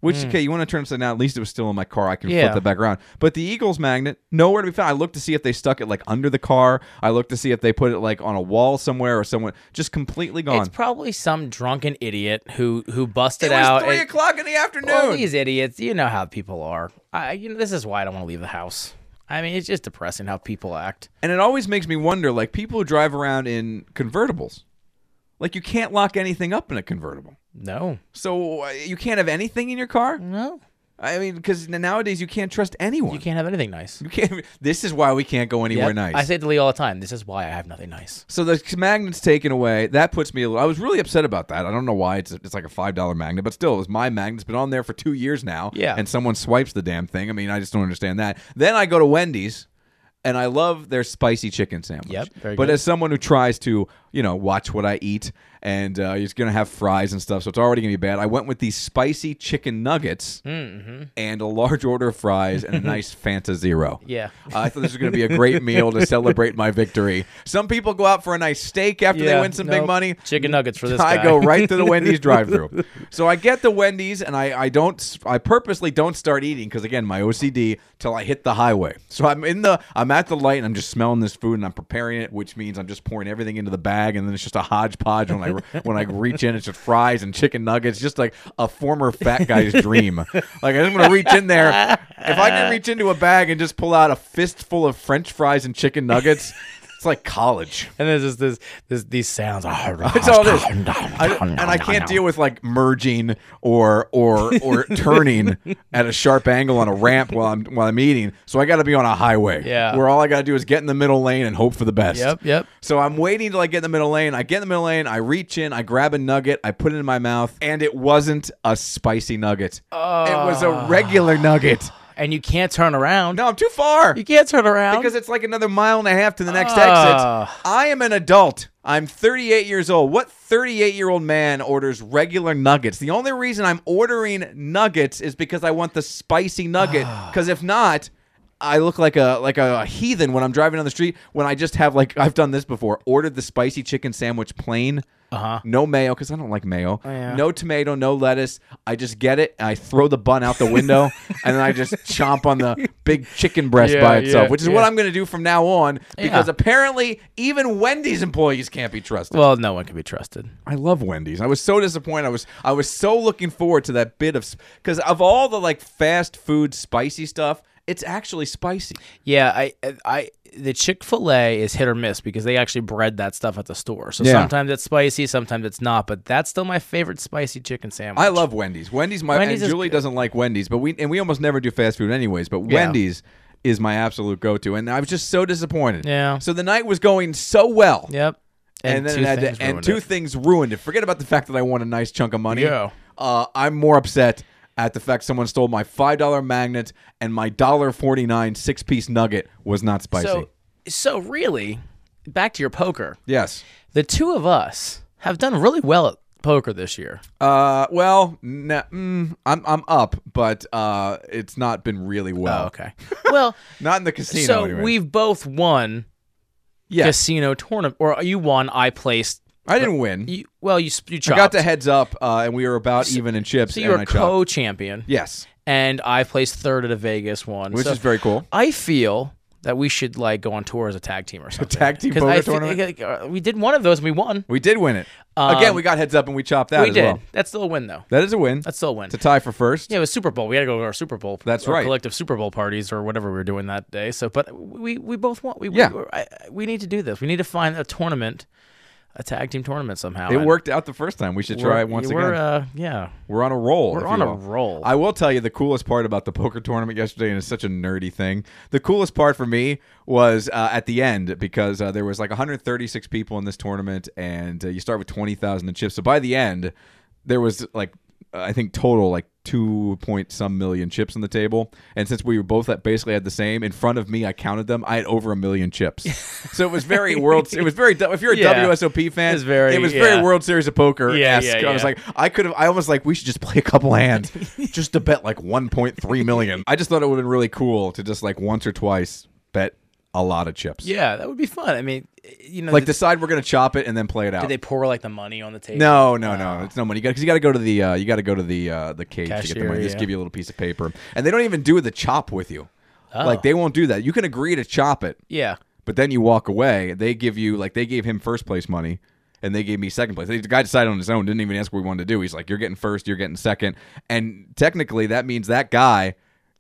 A: Which okay, you want to turn upside down? At least it was still in my car. I can
B: Hmm. Yeah.
A: flip that back around. But the Eagles magnet nowhere to be found. I looked to see if they stuck it like under the car. I looked to see if they put it like on a wall somewhere or someone just completely gone.
B: It's probably some drunken idiot who who busted
A: it was
B: out.
A: three
B: and-
A: o'clock in the afternoon.
B: Well, these idiots, you know how people are. I, you know, this is why I don't want to leave the house. I mean, it's just depressing how people act.
A: And it always makes me wonder, like people who drive around in convertibles, like you can't lock anything up in a convertible.
B: No,
A: So uh, you can't have anything in your car.
B: no,
A: I mean, because nowadays you can't trust anyone.
B: you can't have anything nice.
A: You can't. This is why we can't go anywhere
B: Yep.
A: nice.
B: I say it to Lee all the time. This is why I have nothing nice.
A: so the magnet's taken away. That puts me. A little, I was really upset about that. I don't know why. It's it's like a five dollar magnet, but still, it was my magnet. It's been on there for two years now.
B: Yeah.
A: And someone swipes the damn thing. I mean, I just don't understand that. Then I go to Wendy's. and I love their spicy chicken sandwich.
B: Yep, very
A: but
B: good.
A: as someone who tries to, you know, watch what I eat, and uh, it's gonna have fries and stuff, so it's already gonna be bad. I went with these spicy chicken nuggets
B: Mm-hmm.
A: and a large order of fries
B: (laughs)
A: and a nice Fanta Zero.
B: Yeah.
A: I thought this was going to be a great meal to celebrate my victory. Some people go out for a nice steak after they
B: Yeah,
A: win some
B: nope.
A: big money.
B: Chicken nuggets for this
A: (laughs) I
B: guy.
A: go right to the Wendy's drive-through. So I get the Wendy's and I I don't I purposely don't start eating because again my OCD till I hit the highway. So I'm in the I'm at the light and I'm just smelling this food and I'm preparing it, which means I'm just pouring everything into the bag and then it's just a hodgepodge when I when I reach in it's just fries and chicken nuggets, just like a former fat
B: (laughs)
A: guy's dream. Like I'm gonna reach in there. If I can reach into a bag and just pull out a fistful of French fries and chicken nuggets, it's like college.
B: (laughs) And there's just this, this these sounds.
A: (laughs) It's all
B: (laughs)
A: this, I,
B: Oh,
A: and I can't deal with like merging or or
B: (laughs)
A: or turning at a sharp angle on a ramp while I'm while I'm eating. So I got to be on a highway,
B: Yeah.
A: where all I got to do is get in the middle lane and hope for the best.
B: Yep, yep.
A: So I'm waiting till I get in the middle lane. I get in the middle lane. I reach in. I grab a nugget. I put it in my mouth, and it wasn't a spicy nugget. it was a regular nugget.
B: And you can't turn around.
A: No, I'm too far
B: you can't turn around
A: because it's like another mile and a half to the next
B: Ah.
A: exit. I am an adult. I'm 38 years old. What 38 year old man orders regular nuggets? The only reason I'm ordering nuggets is because I want the spicy
B: (sighs)
A: nugget. Because if not, I look like a like a heathen when I'm driving down the street. When I just have like I've done this before. Ordered the spicy chicken sandwich plain. Uh-huh. No mayo because I don't like mayo.
B: Oh, yeah.
A: No tomato, no lettuce. I just get it and I throw the bun out the
B: (laughs)
A: window and then I just chomp on the big chicken breast
B: Yeah,
A: by itself,
B: yeah,
A: which is
B: yeah.
A: what I'm going to do from now on because
B: Yeah.
A: apparently even Wendy's employees can't be trusted.
B: well no one can be trusted
A: I love Wendy's. I was so disappointed. I was I was so looking forward to that bit of because of all the like fast food spicy stuff, it's actually spicy.
B: yeah i i the chick-fil-a is hit or miss because they actually bread that stuff at the store so
A: Yeah.
B: sometimes it's spicy sometimes it's not but that's still my favorite spicy chicken sandwich
A: I love Wendy's. Wendy's my
B: Wendy's
A: and
B: is
A: Julie
B: good.
A: doesn't like Wendy's, but we and we almost never do fast food anyways, but
B: Yeah.
A: Wendy's is my absolute go-to and I was just so disappointed.
B: Yeah.
A: So the night was going so well.
B: yep
A: and, then it had
B: things
A: to, and
B: ruined
A: two
B: it.
A: things ruined it. Forget about the fact that I won a nice chunk of money.
B: Yeah.
A: Uh, I'm more upset at the fact someone stole my five dollar magnet and my dollar forty nine six piece nugget was not spicy.
B: so so really back to your poker
A: yes.
B: the two of us have done really well at poker this year
A: Uh, well, no, mm, I'm I'm up, but uh, it's not been really well.
B: okay
A: (laughs)
B: well
A: Not in the casino.
B: Oh. so
A: anyway.
B: we've both won
A: yes,
B: casino tournament or you won i placed
A: I didn't win.
B: you, well you s- you
A: I
B: chopped.
A: got the heads up, uh, and we were about even in chips.
B: so
A: and
B: you
A: I
B: were
A: chopped.
B: co-champion
A: Yes,
B: and I placed third at a Vegas one,
A: which
B: So
A: is very cool.
B: I feel that we should like go on tour as a tag
A: (laughs)
B: team or something.
A: tag team
B: 'Cause
A: poker
B: I feel-
A: tournament?
B: like, uh, we did one of those and we won.
A: We did win it again. We got heads up, and we chopped that
B: Um, we
A: as
B: did.
A: well.
B: That's still a win though.
A: That is a win.
B: That's still a win.
A: It's a tie for first.
B: yeah, it was Super Bowl. We had to go to our Super Bowl.
A: That's
B: our
A: right.
B: Collective Super Bowl parties or whatever we were doing that day. So, but we we both want. We,
A: Yeah.
B: We, I- we need to do this. We need to find a tournament, a tag team tournament somehow.
A: It
B: And
A: worked out the first time. We should
B: we're-
A: try it once
B: we're,
A: again.
B: Uh, yeah.
A: we're on a roll.
B: We're
A: if
B: on
A: you
B: a
A: will.
B: roll.
A: I will tell you the coolest part about the poker tournament yesterday, and it's such a nerdy thing. The coolest part for me was uh, at the end because uh, there was like 136 people in this tournament, and uh, you start with 20,000 in chips. So by the end, there was like uh, I think total like two point some million chips on the table, and since we were both at basically had the same in front of me, I counted them. I had over a million
B: (laughs)
A: chips, so it was very world. It was very if you're a
B: Yeah.
A: WSOP fan,
B: It was very-
A: it was very
B: yeah.
A: World Series of Poker.
B: Yeah,
A: Yeah,
B: yeah,
A: I was
B: yeah.
A: like, I could have. I almost like we should just play a couple hands, just to bet like 1.3 million. I just thought it would have been really cool to just like once or twice bet a lot of chips.
B: Yeah, that would be fun. I mean, you know,
A: Like
B: did,
A: decide we're gonna chop it and then play it out.
B: did they pour like the money on the table?
A: no, no, no. It's no money. Because you got to go to the uh, you got to go to the uh, the cage to get
B: Cashier,
A: the money. They just
B: yeah.
A: give you a little piece of paper, and they don't even do the chop with you.
B: Oh.
A: Like they won't do that. You can agree to chop it,
B: Yeah.
A: but then you walk away. They give you like they gave him first place money, and they gave me second place. The guy decided on his own, didn't even ask what we wanted to do. He's like, "You're getting first, you're getting second. and technically that means that guy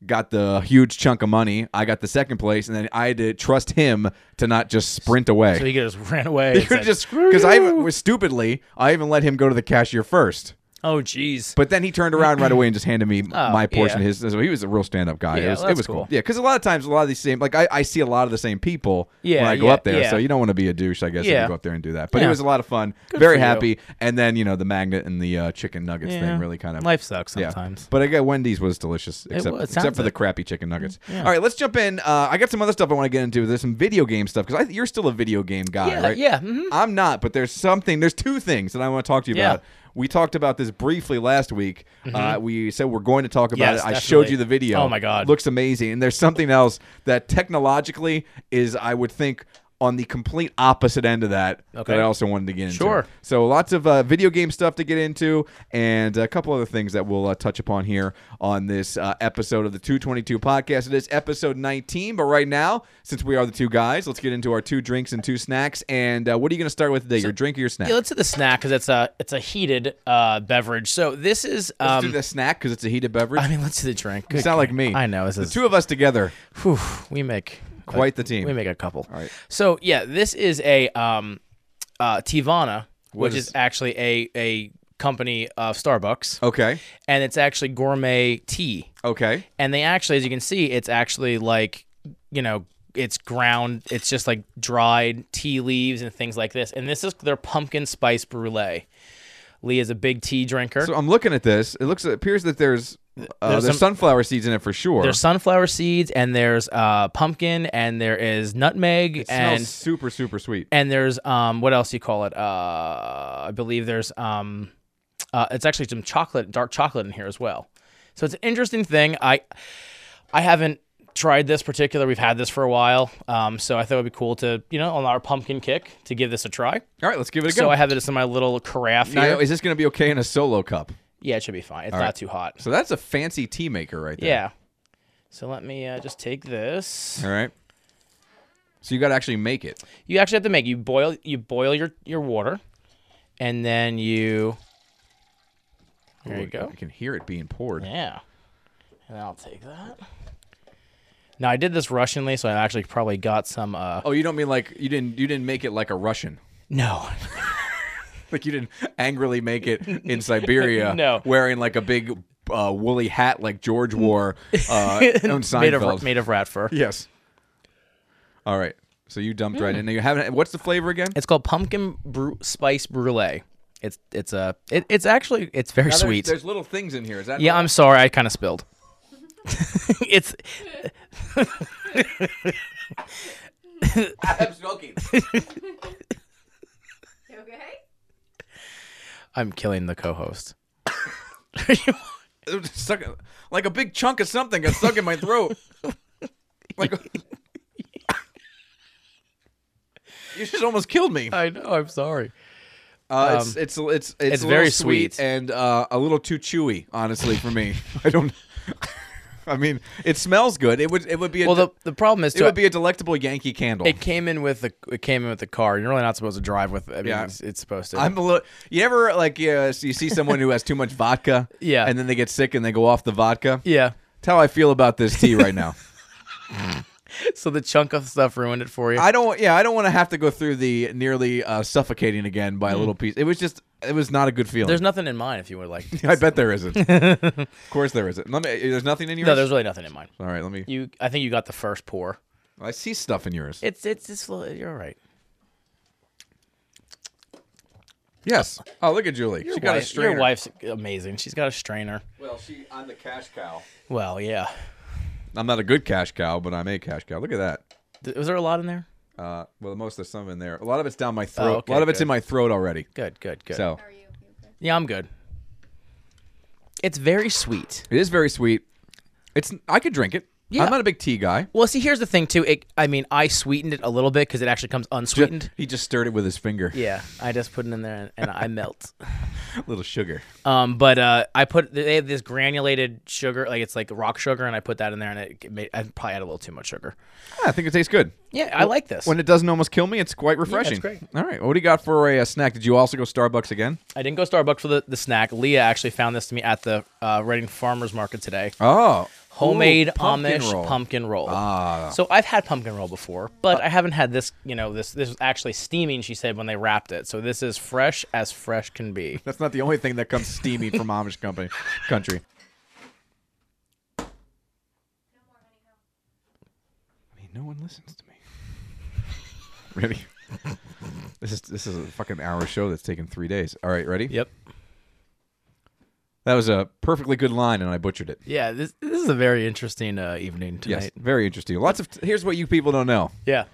A: got the huge chunk of money. I got the second place, and then I had to trust him to not just sprint away. (laughs)
B: So he just (laughs) ran away.
A: You
B: and said,
A: just
B: "Screw
A: because I
B: you."
A: even- was stupidly I even let him go to the cashier first.
B: Oh, jeez.
A: But then he turned around right away and just handed me
B: (clears throat) Oh,
A: my portion
B: yeah.
A: of his. So he was a real stand up guy.
B: Yeah,
A: it was,
B: well, that's
A: it was cool.
B: cool.
A: Yeah, because a lot of times, a lot of these same, like I, I see a lot of the same people
B: Yeah,
A: when I go
B: yeah,
A: up there.
B: yeah.
A: So you don't want to be a douche, I guess, if
B: Yeah.
A: you go up there and do that. But it
B: Yeah.
A: was a lot of fun. Very
B: for you.
A: happy. And then, you know, the magnet and the uh, chicken nuggets
B: Yeah.
A: thing really kind of.
B: Life sucks
A: yeah.
B: sometimes.
A: But I got Wendy's was delicious, except,
B: wa- it
A: except
B: sounds
A: for the
B: like-
A: crappy chicken nuggets. All right, let's jump in. Uh, I got some other stuff I want to get into. There's some video game stuff because you're still a video game guy,
B: Yeah,
A: right?
B: yeah, mhm.
A: I'm not, but there's something. There's two things that I want to talk to you
B: Yeah. Mm-hmm.
A: about. We talked about this briefly last week. Uh, we said we're going to talk about
B: Yes,
A: it. I showed
B: definitely.
A: you the video.
B: Oh my God.
A: looks amazing. And there's something else that technologically is, I would think, on the complete opposite end of that.
B: Okay.
A: That I also wanted to get into.
B: Sure.
A: So lots of uh, video game stuff to get into, and a couple other things that we'll uh, touch upon here on this uh, episode of the 222 podcast. It is episode 19, but right now, since we are the two guys, let's get into our two drinks and two snacks. And uh, what are you going to start with today? your drink or your snack?
B: Yeah, let's do the snack because it's a it's a heated uh, beverage. So this is.
A: let's do
B: Um,
A: the snack because it's a heated beverage.
B: I mean, let's do the drink.
A: you
B: Good
A: sound like
B: God.
A: me.
B: I know. This
A: the
B: is
A: two of us together.
B: whew, we make
A: Quite the team.
B: We make a couple. All
A: right.
B: So yeah, this is a um, uh, Tivana, which
A: is- Oh.
B: is actually a a company of Starbucks,
A: Okay.
B: and it's actually gourmet tea.
A: Okay.
B: And they actually, as you can see, it's actually like you know. It's ground. It's just like dried tea leaves and things like this. And this is their pumpkin spice brulee. Lee is a big tea drinker.
A: So I'm looking at this. It looks. It appears that there's uh, there's,
B: There's some-
A: sunflower seeds in it for sure.
B: there's sunflower seeds and there's uh, pumpkin and there is nutmeg
A: it smells
B: and
A: super super sweet.
B: and there's um what else do you call it uh i believe there's um uh it's actually some chocolate dark chocolate in here as well so it's an interesting thing i i haven't tried this particular we've had this for a while um so i thought it would be cool to you know on our pumpkin kick to give this a try
A: All right, let's give it a go.
B: so i have this in my little carafe
A: Now,
B: here
A: is this going to be okay in a solo cup?
B: yeah it should be fine it's not too hot
A: So that's a fancy tea maker right there.
B: yeah so let me uh, just take this
A: All right. So you got to actually make it.
B: you actually have to make you boil you boil your your water and then you there
A: Ooh,
B: you go
A: I can hear it being poured.
B: Yeah. And I'll take that. Now I did this Russianly, so I actually probably got some uh
A: Oh, you don't mean like you didn't you didn't make it like a Russian. (laughs)
B: no. (laughs)
A: Like you didn't angrily make it
B: (laughs)
A: in Siberia
B: No.
A: wearing like a big uh, woolly hat like George wore uh, on Seinfeld.
B: (laughs) made of made of rat fur.
A: yes. All right. So you dumped right in. Now you haven't what's the flavor again?
B: Hmm. It's called pumpkin bru- spice brulee. It's it's a it, it's actually it's very
A: Now there's-
B: sweet.
A: There's little things in here. Is that
B: Yeah, I'm sorry, I kind of spilled. (laughs) it's
A: I'm smoking.
D: You okay?
B: I'm killing the
A: (laughs)
B: co-host.
A: It was stuck like a big chunk of something got stuck in my
B: (laughs)
A: throat. Like (laughs) you just almost killed me.
B: I know, I'm sorry.
A: Uh, it's, it's it's it's a little
B: Um, very
A: sweet,
B: sweet.
A: and uh, a little too chewy, honestly, for me. (laughs) I don't. I mean, it smells good. It would it would be a
B: Well, the
A: de-
B: the problem is
A: it
B: too,
A: would be a delectable Yankee candle.
B: it came in with the it came in with the car. You're really not supposed to drive with. I mean,
A: Yeah.
B: it's, it's supposed to.
A: I'm a little. You ever like yeah, so you see someone who has too much vodka,
B: (laughs) Yeah.
A: and then they get sick and they go off the vodka.
B: yeah.
A: That's how I feel about this tea right
B: (laughs)
A: now.
B: So the chunk of stuff ruined it for you.
A: I don't. Yeah, I don't want to have to go through the nearly uh, suffocating again by a little piece. It was just. It was not a good feeling.
B: Mm. There's nothing in mine if you would like.
A: (laughs) I bet there
B: (laughs)
A: isn't. of course there isn't. Let me. There's nothing in yours.
B: no, there's really nothing in mine.
A: All right. Let me.
B: You, I think you got the first pour.
A: I see stuff in yours.
B: It's it's just a little- you're all right.
A: yes. Oh, look at Julie.
B: Your
A: she got a
B: wife-
A: strainer.
B: Your wife's amazing. She's got a strainer.
A: Well, she. I'm the cash cow.
B: Well, yeah.
A: I'm not a good cash cow, but I'm a cash cow. Look at that.
B: Th- was there a lot in there?
A: Uh, well, most there's some in there. A lot of it's down my throat.
B: Oh, okay,
A: a lot of it's
B: good.
A: in my throat already.
B: Good, good, good.
A: So
D: How are you? You okay?
B: yeah, I'm good. It's very sweet.
A: it is very sweet. It's. I could drink it.
B: Yeah.
A: I'm not a big tea guy.
B: Well, see, here's the thing too. It, I mean, I sweetened it a little bit because it actually comes unsweetened.
A: He just stirred it with his finger.
B: yeah, I just put it in there and, and I (laughs) melt.
A: A (laughs) little sugar.
B: Um, but uh, I put they have this granulated sugar, like it's like rock sugar, and I put that in there, and it made I probably had a little too much sugar.
A: Yeah, I think it tastes good.
B: Yeah, I like this.
A: When it doesn't almost kill me, it's quite refreshing.
B: great.
A: All right, what do you got for a, uh snack? Did you also go Starbucks again?
B: I didn't go Starbucks for the, the snack. Leah actually found this to me at the uh, Reading Farmers Market today.
A: Oh,
B: homemade
A: pumpkin
B: Amish
A: roll.
B: pumpkin roll. Ah. Uh, So I've had pumpkin roll before, but I haven't had this. You know, this this was actually steaming. She said when they wrapped it, so this is fresh as fresh can be.
A: That's not the only thing that comes steamy
B: (laughs)
A: from Amish company country. I mean, no one listens to me. (laughs) Ready? This is this is a fucking hour show that's taken three days. All right, ready?
B: Yep.
A: That was a perfectly good line, and I butchered it.
B: Yeah. This this is a very interesting uh, evening
A: Yes,
B: tonight.
A: very interesting. Lots of here's what you people don't know.
B: Yeah.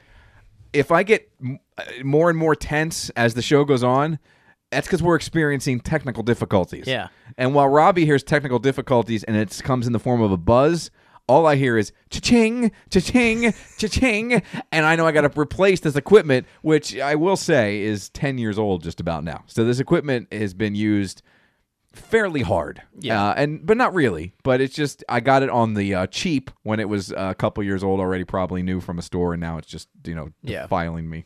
A: If I get m- uh, more and more tense as the show goes on, that's because we're experiencing technical difficulties.
B: Yeah.
A: And while Robbie hears technical difficulties and it comes in the form of a buzz, all I hear is cha-ching, cha-ching, (laughs) cha-ching, and I know I got to replace this equipment, which I will say is ten years old just about now. So this equipment has been used fairly hard.
B: Yeah.
A: Uh, and but not really. But it's just I got it on the uh, cheap when it was uh, a couple years old already, probably new from a store, and now it's just you know
B: Yeah.
A: defiling me.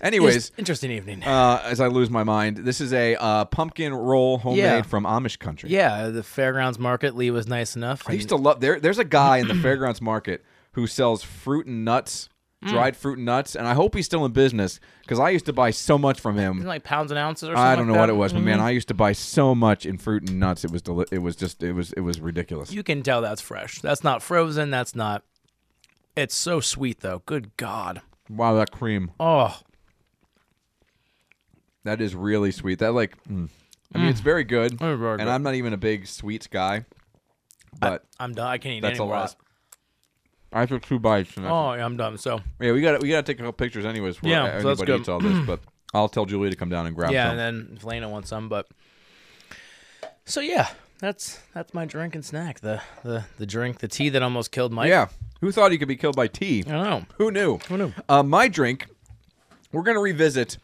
A: Anyways,
B: It's interesting evening.
A: uh, as I lose my mind, this is a uh, pumpkin roll homemade
B: Yeah.
A: from Amish country.
B: yeah, the fairgrounds market. Lee was nice enough.
A: I
B: and-
A: used to love there. There's a guy
B: (clears throat)
A: in the fairgrounds market who sells fruit and nuts,
B: Mm.
A: dried fruit and nuts, and I hope he's still in business because I used to buy so much from him.
B: Isn't it like pounds and ounces or something.
A: I don't know
B: like
A: what
B: that? Mm-hmm.
A: it was, but man, I used to buy so much in fruit and nuts. It was deli- it was just it was it was ridiculous.
B: You can tell that's fresh. That's not frozen. That's not. It's so sweet though. Good God.
A: Wow, that cream.
B: Oh,
A: That is really sweet. That like mm. I mean it's very good.
B: Very, very
A: and
B: good.
A: I'm not even a big sweets guy. But
B: I'm done. I can't eat
A: that's a
B: anymore.
A: lot. I took two bites and that's
B: Oh, yeah, I'm done. So
A: Yeah, we got to we got to take a couple pictures anyways. Before
B: Yeah,
A: yeah,
B: so that's
A: anybody
B: good.
A: eats all this,
B: (clears throat)
A: but I'll tell Julie to come down and grab
B: yeah,
A: some.
B: and then if Lena wants some, but so yeah, that's that's my drink and snack. The the the drink, the tea that almost killed Mike.
A: yeah, who thought he could be killed by tea?
B: I don't know.
A: Who knew? Who
B: knew?
A: Uh, my drink. We're gonna revisit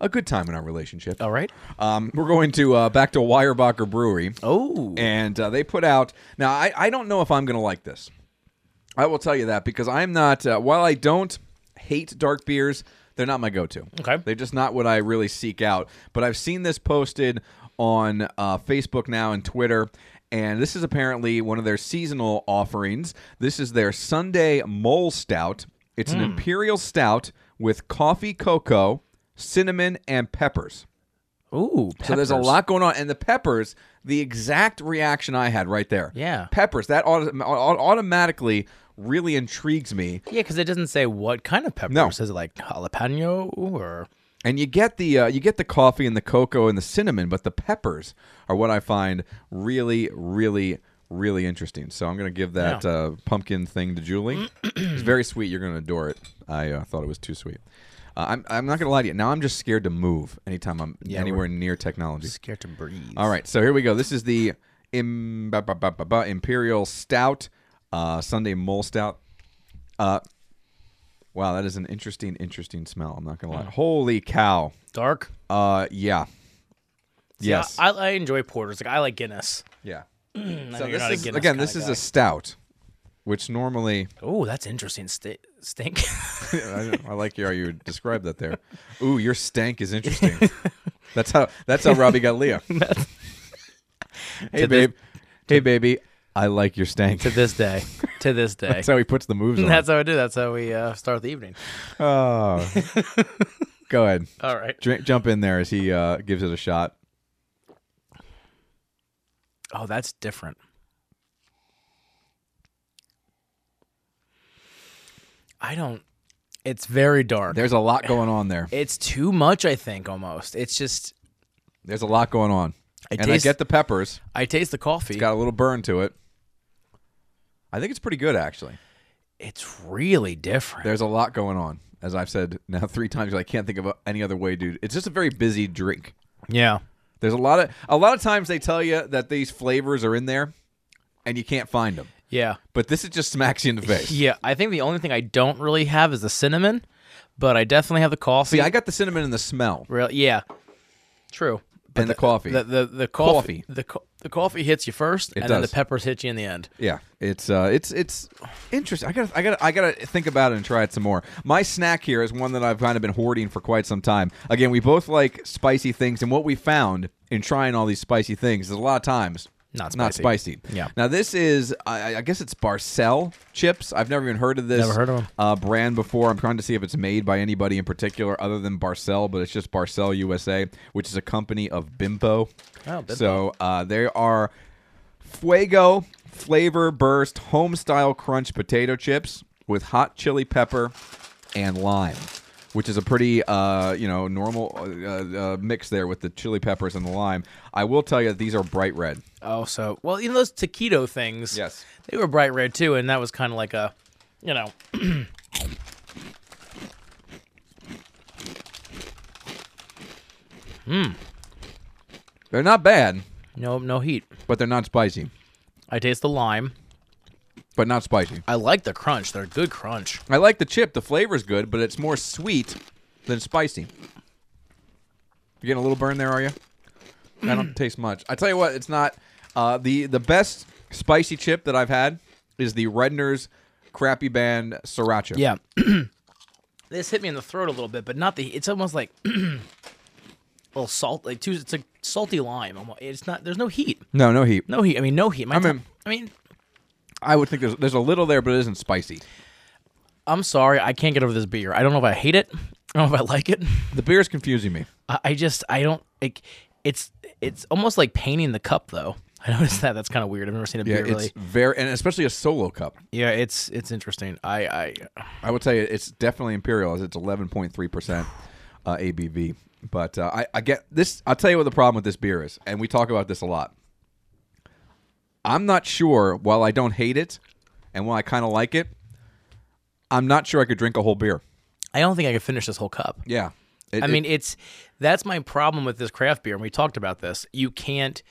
A: a good time in our relationship.
B: All right.
A: Um, we're going to uh, back to Weyerbacher Brewery.
B: Oh,
A: and uh, they put out now I, I don't know if i'm going to like this i will tell you that because i'm not uh, while i don't hate dark beers they're not my go-to
B: Okay.
A: they're just not what i really seek out but i've seen this posted on uh, facebook now and twitter and this is apparently one of their seasonal offerings this is their sunday mole stout it's an imperial stout with coffee cocoa cinnamon and peppers
B: ooh.
A: so there's a
B: peppers.
A: lot going on, and the peppers, the exact reaction I had right there.
B: Yeah.
A: peppers. That auto- au- automatically really intrigues me,
B: Yeah, because it doesn't say what kind of peppers.
A: No.
B: It says like jalapeno or
A: and you get the uh, you get the coffee and the cocoa and the cinnamon, but the peppers are what I find really, really, really interesting. So I'm gonna give that
B: Yeah.
A: uh, pumpkin thing to Julie.
B: (clears throat)
A: it's very sweet. You're gonna adore it. I uh, thought it was too sweet. Uh, I'm, I'm not gonna lie to you. Now I'm just scared to move anytime I'm anywhere near technology.
B: scared to breathe.
A: All right, so here we go. This is the Im- ba- ba- ba- ba- ba- Imperial Stout, uh, Sunday Mole Stout. Uh, wow, that is an interesting, interesting smell. I'm not gonna lie. Holy cow!
B: Dark.
A: Uh, yeah, yes,
B: Yeah, I, I enjoy porters. Like I like Guinness.
A: yeah.
B: know
A: so
B: you're
A: this
B: not a
A: is
B: Guinness
A: again,
B: kinda
A: this is
B: guy.
A: a stout, which normally (laughs)
B: Oh, that's interesting. Sti stink.
A: I, I like how you described that there. Ooh, your stank is interesting. that's how that's how Robbie got Leah. hey
B: this-
A: babe, hey baby, I like your stank.
B: to this day. (laughs) To this day.
A: That's how he puts the moves on.
B: That's how I do. That's how we uh, start the evening.
A: Oh. Go ahead.
B: All right.
A: Drink, jump in there as he uh, gives it a shot.
B: Oh, that's different. I don't. It's very dark.
A: There's a lot going on there.
B: It's too much. I think almost. It's just.
A: There's a lot going on.
B: I
A: and
B: taste-
A: I get the peppers.
B: I taste the coffee.
A: Got a little burn to it. I think it's pretty good, actually.
B: it's really different.
A: There's a lot going on. As I've said now (laughs) three times, I can't think of any other way, dude. It's just a very busy drink.
B: yeah.
A: There's a lot of a lot of times they tell you that these flavors are in there, and you can't find them.
B: Yeah.
A: But this it just smacks you in the face.
B: (laughs) Yeah. I think the only thing I don't really have is the cinnamon, but I definitely have the coffee.
A: See, I got the cinnamon and the smell
B: Real, yeah. True. But
A: and the, coffee.
B: The the, the coffee,
A: Coffee.
B: the co- the coffee hits you first, and then the
A: does.
B: peppers hit you in the end.
A: Yeah, it's uh, it's it's interesting. I gotta I gotta I gotta think about it and try it some more. My snack here is one that I've kind of been hoarding for quite some time. Again, we both like spicy things, and what we found in trying all these spicy things is a lot of times
B: Not spicy.
A: not spicy.
B: Yeah.
A: Now this is, I, I guess it's Barcel chips. I've never even heard of this.
B: Never heard of 'em.
A: Uh, brand before. I'm trying to see if it's made by anybody in particular other than Barcel, but it's just Barcel USA, which is a company of Bimpo.
B: Oh, Bimpo.
A: So uh, they are Fuego flavor burst home style crunch potato chips with hot chili pepper and lime. Which is a pretty, uh, you know, normal uh, uh, mix there with the chili peppers and the lime. I will tell you that these are bright red.
B: Oh, so well, you know those taquito things.
A: Yes.
B: they were bright red too, and that was kind of like a, you know.
A: They're not bad.
B: No, no heat.
A: but they're not spicy.
B: I taste the lime.
A: But not spicy.
B: I like the crunch. They're good crunch.
A: I like the chip. The flavor's good, but it's more sweet than spicy. You getting a little burn there, are you? I
B: (clears throat)
A: don't taste much. I tell you what, it's not uh, the the best spicy chip that I've had is the Redner's Crappy Band Sriracha.
B: Yeah. (clears throat) this hit me in the throat a little bit, but not the. It's almost like (clears throat) a little salt, like too. It's a salty lime. almo- It's not. There's no heat.
A: No, no heat.
B: No heat. I mean, no heat. My
A: I mean-
B: tongue- I mean,
A: I would think there's there's a little there, but it isn't spicy.
B: I'm sorry. I can't get over this beer. I don't know if I hate it. I don't know if I like it.
A: The beer's confusing me.
B: I, I just. I don't. Like, it's. It's almost like painting the cup, though. I (laughs) noticed that. That's kind of weird. I've never seen a
A: Yeah,
B: beer really.
A: it's very and especially a solo cup.
B: yeah, it's it's interesting. I I
A: I would tell you it's definitely imperial as it's 11.3 percent uh, ABV. But uh, I, I get this. I'll tell you what the problem with this beer is, and we talk about this a lot. I'm not sure. While I don't hate it, and while I kind of like it, I'm not sure I could drink a whole beer.
B: I don't think I could finish this whole cup.
A: Yeah, It-
B: I
A: it-
B: mean, it's that's my problem with this craft beer, and we talked about this. You can't.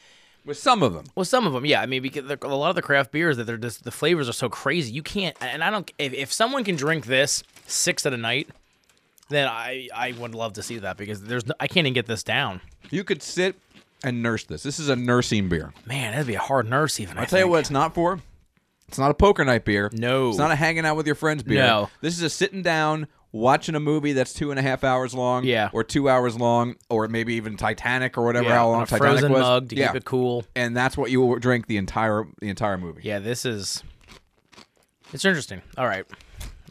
A: with some of them,
B: Well, some of them, yeah. I mean, because the, a lot of the craft beers that they're just the flavors are so crazy. You can't, and I don't. If, if someone can drink this six at a night, then I I would love to see that because there's no, I can't even get this down.
A: you could sit and nurse this. This is a nursing beer.
B: Man, that'd be a hard nurse even. I,
A: I'll tell you
B: think.
A: what it's not for. It's not a poker night beer.
B: No.
A: It's not a hanging out with your friends beer.
B: No.
A: This is a sitting down, watching a movie that's two and a half hours long.
B: Yeah.
A: Or two hours long, or maybe even Titanic or whatever
B: Yeah,
A: how
B: on
A: long
B: a
A: Titanic
B: frozen
A: was.
B: mug to
A: yeah.
B: keep it cool.
A: And that's what you will drink the entire the entire movie.
B: Yeah, this is. It's interesting. All right.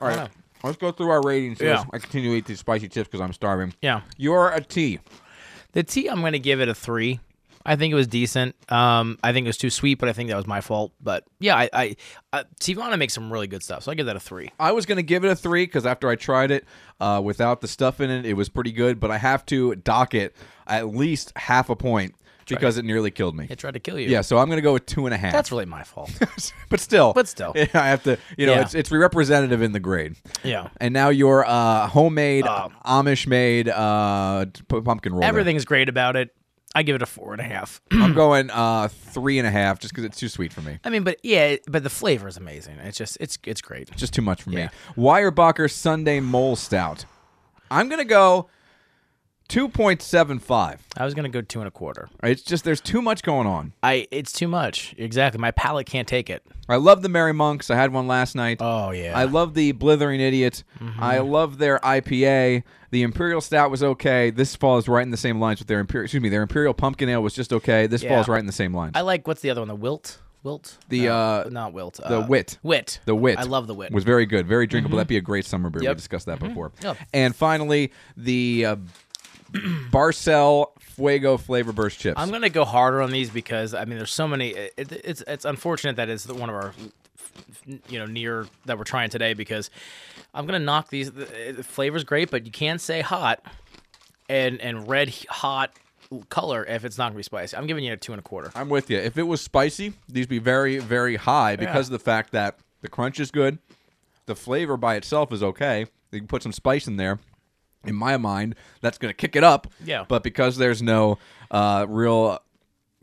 A: All right.
B: Wow.
A: Let's go through our ratings.
B: Yeah.
A: Yeah. I continue to eat these spicy chips because I'm starving.
B: Yeah.
A: You're a T.
B: The tea, I'm gonna give it a three. I think it was decent. Um, I think it was too sweet, but I think that was my fault. But yeah, I, I, I Tivana makes some really good stuff, so I give that a three.
A: I was gonna give it a three because after I tried it uh, without the stuff in it, it was pretty good. But I have to dock it at least half a point because it nearly killed me.
B: It tried to kill you.
A: Yeah, so I'm gonna go with two and a half. (laughs)
B: that's really my fault.
A: but still,
B: But still.
A: (laughs) I have to. You know,
B: Yeah.
A: it's it's representative in the grade.
B: (laughs) (laughs) yeah, Um,
A: And now your uh, homemade Amish made uh, p- pumpkin roll. there.
B: everything's great about it. I give it a four and a half. (clears throat)
A: I'm going uh, three and a half just because it's too sweet for me.
B: I mean, but yeah, but the flavor is amazing. It's just, it's, it's great.
A: Just too much for
B: Yeah.
A: me. Weyerbacher Sunday Mole Stout. I'm gonna go two point seven five.
B: I was gonna go two and a quarter.
A: It's just there's too much going on.
B: I, it's too much. Exactly, my palate can't take it.
A: I love the Merry Monks. I had one last night.
B: Oh yeah, Mm-hmm.
A: I love the Blithering Idiot. I love their IPA. The Imperial Stout was okay. This falls right in the same lines with their Imperial. Excuse me, their Imperial Pumpkin Ale was just okay. This
B: Yeah.
A: falls right in the same lines.
B: I like what's the other one? The wilt, wilt.
A: The,
B: No,
A: uh,
B: not wilt.
A: the
B: uh,
A: wit.
B: Wit.
A: the wit.
B: I love the wit. Mm-hmm.
A: Was very good, very drinkable. That'd be a great summer beer.
B: Yep. Mm-hmm.
A: We discussed that before.
B: Yep.
A: And finally, the uh, (clears throat) Barcel Fuego Flavor Burst chips.
B: I'm gonna go harder on these because I mean, there's so many. It, it's it's unfortunate that it's one of our, you know, near that we're trying today because I'm gonna knock these. The, the flavor's great, but you can say hot, and and red hot color if it's not gonna be spicy. I'm giving you a two and a quarter.
A: I'm with you. If it was spicy, these be very, very high because of the fact that the crunch is good. The flavor by itself is okay. You can put some spice in there. In my mind, that's going to kick it up.
B: Yeah.
A: But because there's no uh, real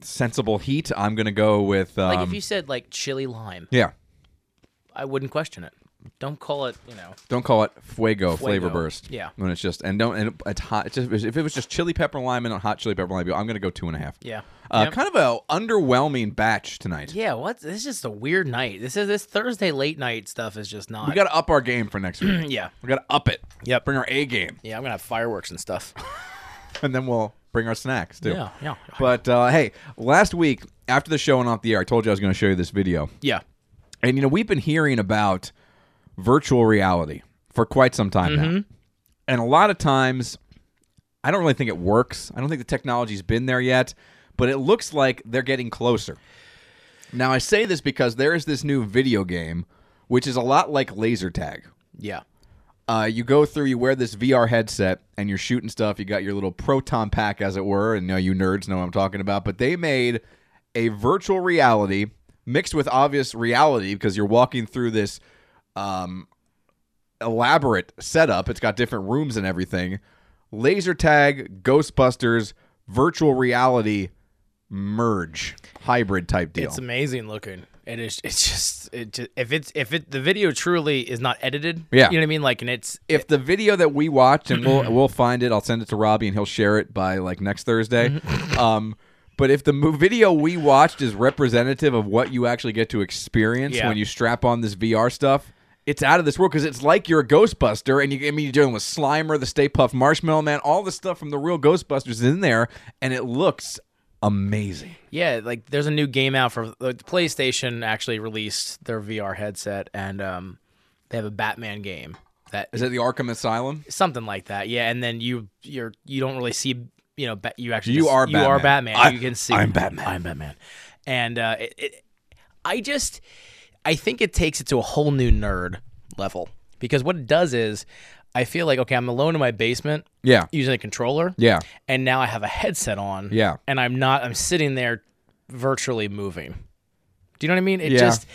A: sensible heat, I'm going to go with. Um,
B: Like if you said like chili lime,
A: yeah.
B: I wouldn't question it. Don't call it, you know.
A: Don't call it fuego, flavor
B: Fuego.
A: burst.
B: Yeah.
A: When it's just and don't and it's hot. It's just, if it was just chili pepper lime and not hot chili pepper lime, I'm going to go two and a half.
B: Yeah.
A: Uh,
B: Yep.
A: Kind of a underwhelming batch tonight.
B: Yeah, what? This is just a weird night. This is this Thursday late night stuff is just not.
A: We got to up our game for next
B: (clears throat)
A: week.
B: yeah,
A: We got to up it.
B: Yep.
A: Bring our A game. (laughs)
B: yeah. I'm gonna have fireworks and stuff.
A: and then we'll bring our snacks too.
B: Yeah, yeah.
A: But uh, hey, last week after the show and off the air, I told you I was going to show you this video.
B: Yeah.
A: And you know, we've been hearing about virtual reality for quite some time now. And a lot of times I don't really think it works. I don't think the technology's been there yet, but it looks like they're getting closer. Now I say this because there is this new video game which is a lot like laser tag.
B: Yeah.
A: Uh, you go through, you wear this VR headset, and you're shooting stuff. You got your little proton pack, as it were, and you know, you nerds know what I'm talking about. But they made a virtual reality mixed with obvious reality because you're walking through this um, elaborate setup. It's got different rooms and everything. Laser tag, Ghostbusters, virtual reality merge, hybrid type deal.
B: It's amazing looking. It is. It's just. It just. If it's. If it. The video truly is not edited.
A: Yeah.
B: You know what I mean? Like, and it's.
A: if the video that we watched and
B: Mm-hmm.
A: we'll we'll find it, I'll send it to Robbie and he'll share it by like next Thursday.
B: Mm-hmm.
A: um, but if the mo- video we watched is representative of what you actually get to experience
B: Yeah.
A: when you strap on this VR stuff, it's out of this world because it's like you're a Ghostbuster and you I mean you're dealing with Slimer, the Stay Puft Marshmallow Man, all the stuff from the real Ghostbusters is in there, and it looks amazing.
B: Yeah. Like, there's a new game out for like, the PlayStation. Actually released their VR headset, and um, they have a Batman game that
A: Is it the Arkham Asylum?
B: something like that. Yeah. And then you you're you don't really see. You know, ba- you actually
A: You
B: just-
A: are
B: you are
A: Batman.
B: Batman.
A: I-
B: you can see.
A: I'm Batman.
B: I'm Batman. And uh, it, it, I just, I think it takes it to a whole new nerd level because what it does is, I feel like okay, I'm alone in my basement.
A: Yeah.
B: using a controller.
A: Yeah.
B: And now I have a headset on.
A: Yeah.
B: And I'm not I'm sitting there virtually moving. Do you know what I mean? It
A: Yeah.
B: just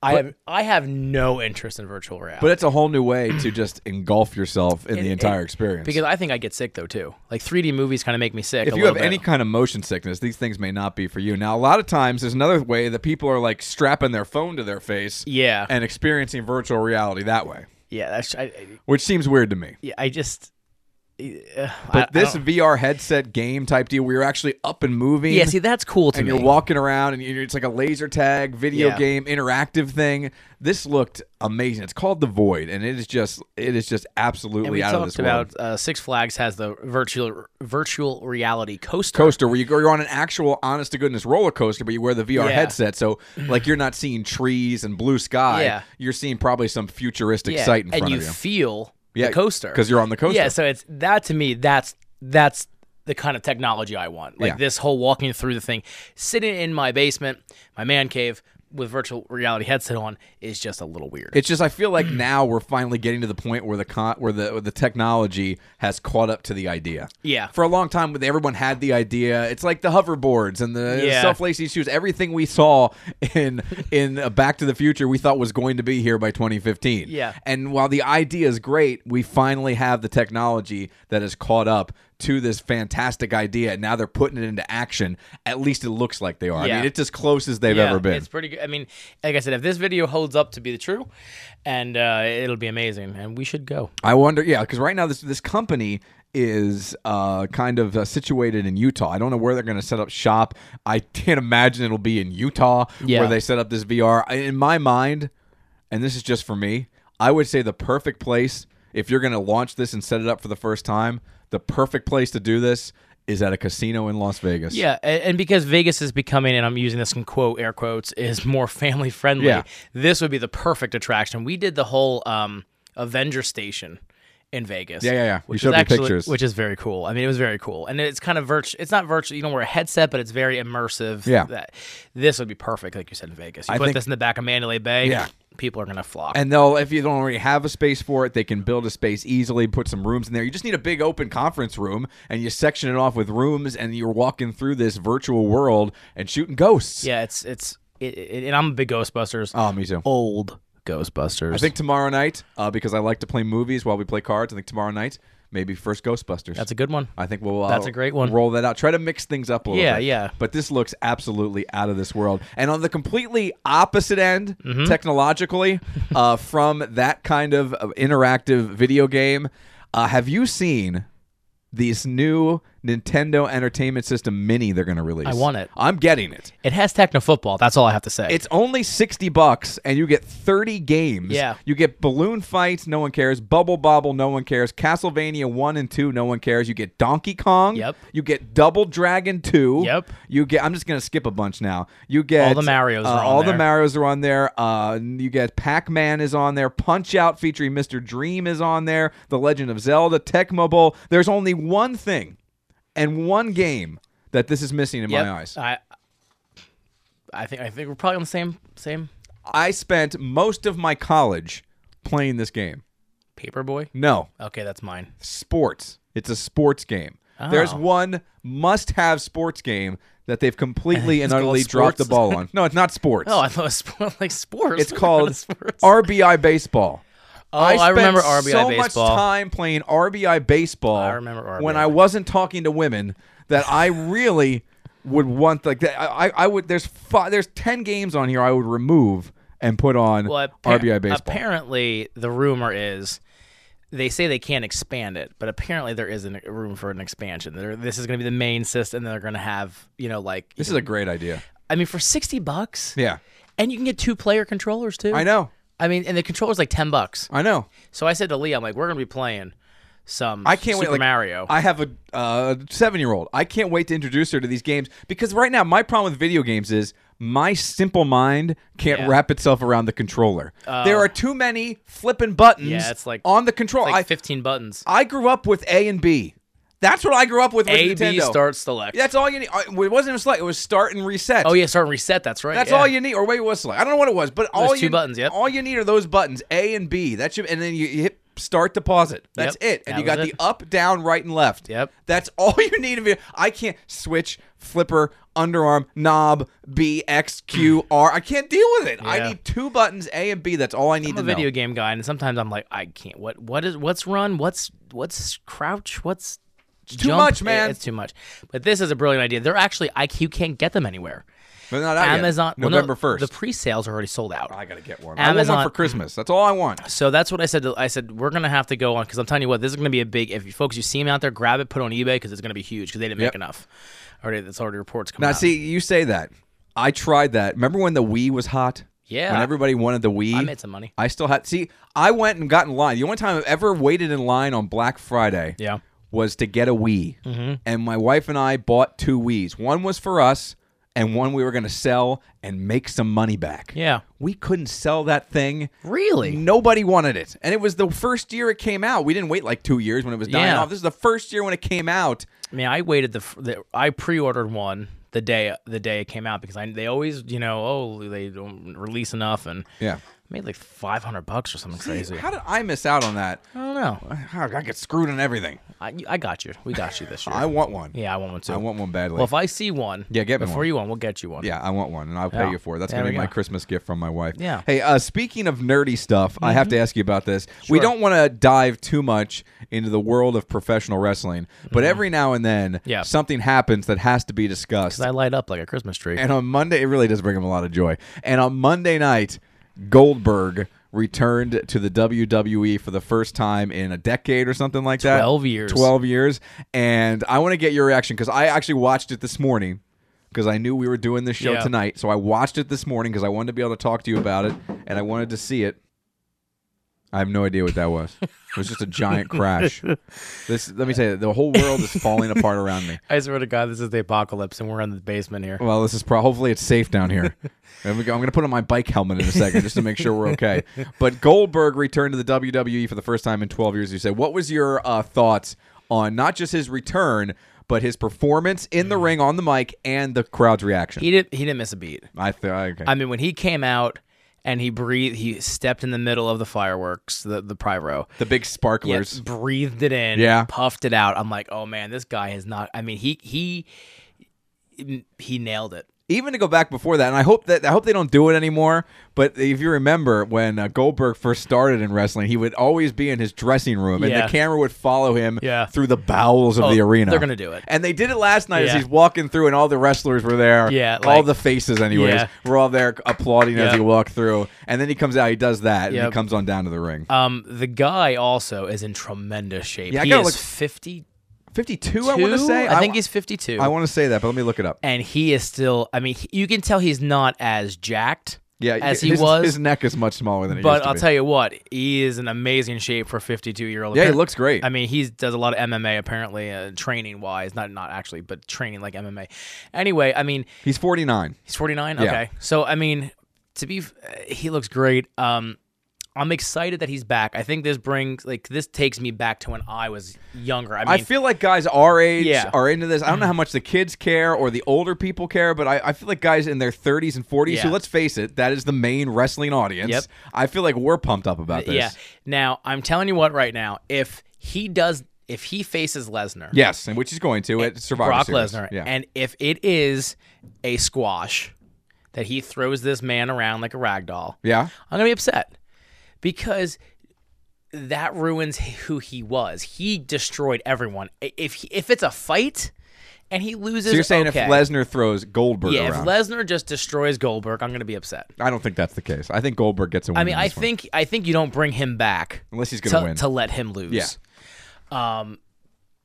B: I have I have no interest in virtual reality.
A: But it's a whole new way to just engulf yourself in the entire experience.
B: because I think I get sick though too. Like 3D movies kind of make me sick.
A: if
B: a
A: you have
B: little
A: any
B: bit.
A: kind of motion sickness, these things may not be for you. Now, a lot of times, there's another way that people are like strapping their phone to their face
B: yeah,
A: and experiencing virtual reality that way,
B: yeah, that's I, I-
A: which seems weird to me.
B: yeah, I just. uh, I- I
A: But this
B: don't-
A: VR headset game type deal, where you're actually up and moving.
B: yeah, see, that's cool to
A: and
B: me.
A: you're walking around, and you're, it's like a laser tag video
B: Yeah.
A: game interactive thing. This looked amazing. It's called The Void, and it is just it is just
B: and
A: absolutely
B: we
A: out of this
B: talked
A: world.
B: about uh, Six Flags has the virtual virtual reality coaster.
A: coaster where you go, you're on an actual honest to goodness roller coaster, but you wear the VR
B: Yeah.
A: headset.
B: (clears throat)
A: So like you're not seeing trees and blue sky.
B: Yeah.
A: You're seeing probably some futuristic
B: Yeah,
A: sight in
B: and
A: front
B: you
A: of you.
B: feel
A: Yeah,
B: the coaster
A: 'cause you're on the coaster.
B: Yeah, so it's that to me. That's that's the kind of technology I want. Like
A: Yeah.
B: this whole walking through the thing, sitting in my basement, my man cave with virtual reality headset on is just a little weird.
A: it's just I feel
B: (clears throat)
A: like now we're finally getting to the point where the con- where the where the technology has caught up to the idea.
B: Yeah.
A: For a long time, with- everyone had the idea. It's like the hoverboards and the
B: Yeah.
A: self-lacing shoes. Everything we saw in in uh, Back to the Future, we thought was going to be here by 2015.
B: Yeah.
A: And while the idea is great, we finally have the technology that has caught up to this fantastic idea. And now they're putting it into action. At least it looks like they are. I
B: Yeah.
A: mean, it's as close as they've
B: yeah,
A: ever been.
B: It's pretty good. I mean, like I said, if this video holds up to be the true, and uh, it'll be amazing, and we should go.
A: I wonder, yeah, because right now this this company is uh, kind of uh, situated in Utah. I don't know where they're going to set up shop. I can't imagine it'll be in Utah
B: Yeah.
A: where they set up this VR. I- In my mind, and this is just for me, I would say the perfect place if you're going to launch this and set it up for the first time. The perfect place to do this is at a casino in Las Vegas.
B: Yeah, a- and because Vegas is becoming, and I'm using this in quote air quotes, is more (laughs) family friendly.
A: Yeah.
B: This would be the perfect attraction. We did the whole um, Avenger Station in Vegas.
A: Yeah, yeah, yeah. You
B: Which
A: showed
B: is
A: me
B: actually,
A: pictures.
B: Which is very cool. I mean, it was very cool, and it's kind of virtual. It's not virtual. You don't wear a headset, but it's very immersive.
A: Yeah.
B: That this would be perfect, like you said in Vegas. You
A: I
B: put
A: think-
B: this in the back of Mandalay Bay.
A: Yeah.
B: People are gonna flock.
A: And they'll, if you don't already have a space for it, they can build a space easily, put some rooms in there. You just need a big open conference room and you section it off with rooms and you're walking through this virtual world and shooting ghosts.
B: yeah, it's it's. It, it, and I'm a big Ghostbusters.
A: Oh, me too.
B: old Ghostbusters.
A: I think tomorrow night, uh, because I like to play movies while we play cards, I think tomorrow night, maybe first Ghostbusters.
B: that's a good one.
A: I think we'll uh,
B: That's a great one.
A: Roll that out. Try to mix things up a little
B: Yeah,
A: bit.
B: yeah.
A: But this looks absolutely out of this world. And on the completely opposite end,
B: Mm-hmm.
A: technologically,
B: (laughs)
A: uh, from that kind of uh, interactive video game, uh, have you seen these new Nintendo Entertainment System Mini they're going to release.
B: I want it.
A: I'm getting it.
B: It has techno football. That's all I have to say.
A: It's only 60 bucks and you get 30 games.
B: Yeah.
A: You get balloon fights, no one cares. Bubble Bobble, no one cares. Castlevania 1 and 2, no one cares. You get Donkey Kong.
B: Yep.
A: You get Double Dragon 2.
B: Yep.
A: You get I'm just going to skip a bunch now. You get
B: All the Marios
A: uh,
B: are on
A: All the
B: there.
A: Marios are on there. Uh you get Pac-Man is on there. Punch-Out featuring Mr. Dream is on there. The Legend of Zelda, Tecmo Bowl. There's only one thing and one game that this is missing in
B: Yep.
A: my eyes.
B: I, I think I think we're probably on the same same
A: I spent most of my college playing this game.
B: paperboy.
A: No,
B: Okay,
A: (laughs)
B: that's mine.
A: sports. It's a sports game. There's
B: Oh.
A: one must-have sports game that they've completely and
B: It's called
A: utterly dropped the
B: sports?
A: ball on. No, it's not sports.
B: Oh, I thought it was sport, (laughs) like sports.
A: it's called
B: sports.
A: RBI baseball.
B: oh, I,
A: spent
B: remember RBI
A: so
B: baseball.
A: much time playing RBI baseball.
B: I remember RBI.
A: when I wasn't talking to women that I really would want like that. I, I- I would there's five, there's ten games on here I would remove and put on
B: Well, appa-
A: RBI baseball.
B: Apparently, the rumor is they say they can't expand it, but apparently there is a room for an expansion. There, this is going to be the main system. They're going to have, you know, like
A: this is a great idea.
B: I mean, for sixty bucks,
A: Yeah,
B: and you can get two player controllers too.
A: I know.
B: I mean, and the controller's like ten bucks.
A: I know.
B: So I said to Lee, I'm like, we're going to be playing some.
A: I can't wait.
B: Super
A: Like,
B: Mario.
A: I have a uh, seven-year-old. I can't wait to introduce her to these games because right now my problem with video games is my simple mind can't
B: Yeah. Oh.
A: wrap itself around the controller. there are too many flipping buttons.
B: Yeah, it's like-
A: on the controller.
B: like
A: I,
B: 15 buttons.
A: I grew up with A and B. That's what I grew up with. with
B: A, B,
A: Nintendo.
B: start, select.
A: That's all you need. I- It wasn't even select. It was start and reset.
B: Oh yeah, start and reset. That's right.
A: That's
B: yeah.
A: all you need, or wait, it was select. I don't know what it was, but all
B: two
A: you
B: buttons, yep.
A: all you need are those buttons A and B. That should, and then you, you hit start to pause it. That's
B: Yep,
A: it, and
B: that
A: you got
B: was
A: the
B: it.
A: up, down, right, and left.
B: Yep.
A: that's (laughs) all you need. Of it. I can't switch, flipper, underarm, knob, B, X, Q, R. I can't deal with it. I
B: Mm. Yeah.
A: need two buttons A and B. That's all I need
B: I'm
A: to
B: a video
A: know.
B: game guy, and sometimes I'm like, I can't. What? What is? What's run? What's? What's crouch? What's?
A: too
B: jump?
A: much,
B: It-
A: man.
B: it's too much. But this is a brilliant idea. They're actually, I you can't get them anywhere.
A: But not out yet.
B: Amazon. well, no,
A: November first.
B: the pre-sales are already sold out.
A: I gotta get one. I want
B: Amazon-
A: one for Christmas. That's all I want.
B: So that's what I said. To, I said we're gonna have to go on because I'm telling you what, this is gonna be a big. If you folks, you see them out there, grab it, put it on eBay because it's gonna be huge because they didn't
A: Yep.
B: make enough. Already, that's already reports coming
A: Now,
B: out.
A: see, you say that. I tried that. Remember when the Wii was hot?
B: Yeah.
A: When everybody wanted the Wii.
B: I made some money.
A: I still had. See, I went and got in line. The only time I've ever waited in line on Black Friday.
B: Yeah. Mm-hmm.
A: Was to get a Wii, and my wife and I bought two Wii's. One was for us, and one we were going to sell and make some money back.
B: Yeah. Mm,
A: We couldn't sell that thing.
B: Really?
A: Nobody wanted it. And it was the first year it came out. We didn't wait like two years when it was dying
B: Yeah.
A: off. This is the first year when it came out.
B: I mean, I waited the, f- the I pre-ordered one the day the day it came out because I they always you know oh they don't release enough and
A: Yeah.
B: made like five hundred bucks or something crazy.
A: How did I miss out on that?
B: I don't know.
A: I get screwed on everything.
B: I, you- I got you. We got you this year.
A: I want one.
B: yeah, I want one too.
A: I want one badly.
B: Well, if I see one,
A: Yeah, get me
B: before
A: one.
B: you one, we'll get you one.
A: yeah, I want one, and I'll pay
B: Yeah.
A: you for it. That's
B: There
A: gonna
B: we
A: be my
B: go.
A: Christmas gift from my wife.
B: Yeah. Mm-hmm.
A: Hey, uh, speaking of nerdy stuff, I have to ask you about this. We don't want to dive too much into the world of professional wrestling, but every now and then,
B: Mm-hmm. Yeah.
A: something happens that has to be discussed.
B: 'Cause I light up like a Christmas tree.
A: And on Monday, it really does bring him a lot of joy. And on Monday night, Goldberg returned to the WWE for the first time in a decade or something like that.
B: 12 years.
A: 12 years. And I want to get your reaction because I actually watched it this morning because I knew we were doing this show
B: Yeah.
A: tonight. So I watched it this morning because I wanted to be able to talk to you about it and I wanted to see it. I have no idea what that was. It was just a
B: (laughs)
A: giant crash. This let me tell you, the whole world is falling apart around me.
B: I swear to God, this is the apocalypse, and we're in the basement here.
A: Well, this is pro- hopefully it's safe down
B: (laughs)
A: here. And we go- I'm going to put on my bike helmet in a second just to make sure we're okay. But Goldberg returned to the WWE for the first time in 12 years. You said, what was your uh, thoughts on not just his return, but his performance in the ring on the mic and the crowd's reaction?
B: Mm. He didn't. He didn't miss a beat.
A: I th- okay.
B: I mean, when he came out and he breathed, he stepped in the middle of the fireworks, the the pyro.
A: the big
B: Yeah,
A: sparklers.
B: breathed it in,
A: Yeah.
B: puffed it out. I'm like, oh man, this guy has not. I mean, he he he nailed it.
A: even to go back before that, and I hope that I hope they don't do it anymore. But if you remember when uh, Goldberg first started in wrestling, he would always be in his dressing room, and
B: Yeah.
A: the camera would follow him
B: Yeah. Oh,
A: through the bowels of the arena.
B: they're gonna do it.
A: and they did it last night as
B: Yeah.
A: he's walking through, and all the wrestlers were there.
B: Yeah,
A: all
B: like-
A: the faces, anyways,
B: Yeah.
A: were all there applauding as
B: Yeah.
A: he walked through. And then he comes out, he does that, and
B: Yep.
A: he comes on down to the ring.
B: Um, the guy also is in tremendous shape.
A: Yeah, I
B: he
A: gotta
B: is
A: look-
B: 50,
A: 52, I want to say.
B: I think he's 52.
A: I want to say that, but let me look it up.
B: and he is still, I mean, he- you can tell he's not as jacked
A: Yeah,
B: as he
A: his,
B: was.
A: his neck is much smaller than it used
B: but
A: to
B: I'll
A: be.
B: tell you what, he is in amazing shape for 52 year old.
A: Yeah, he looks great.
B: I mean, he does a lot of MMA apparently, uh, training wise, not not actually, but training like MMA. Anyway, I mean,
A: he's 49.
B: He's 49.
A: Yeah.
B: Okay. So I mean, to be f- uh, he looks great. Um I'm excited that he's back. I think this brings like this takes me back to when I was younger. I mean,
A: I feel like guys our age
B: Yeah.
A: are into this. I don't know how much the kids care or the older people care, but I, I feel like guys in their 30s and 40s, who
B: Yeah.
A: let's face it, that is the main wrestling audience.
B: Yep.
A: I feel like we're pumped up about this.
B: yeah. Now, I'm telling you what right now, if he does if he faces Lesnar,
A: Yes, and which is going to at Survivor
B: Brock
A: Series.
B: Lesnar,
A: Yeah.
B: and if it is a squash that he throws this man around like a rag doll,
A: yeah.
B: I'm gonna be upset because that ruins who he was. He destroyed everyone. I- If he, if it's a fight and he loses,
A: So you're saying
B: okay.
A: if Lesnar throws Goldberg
B: yeah, if
A: around,
B: Lesnar just destroys Goldberg, I'm gonna be upset.
A: I don't think that's the case. I think Goldberg gets a win.
B: I mean,
A: in
B: I
A: this one.
B: think I think you don't bring him back
A: unless he's going
B: to,
A: to win.
B: to let him lose.
A: Yeah.
B: Um,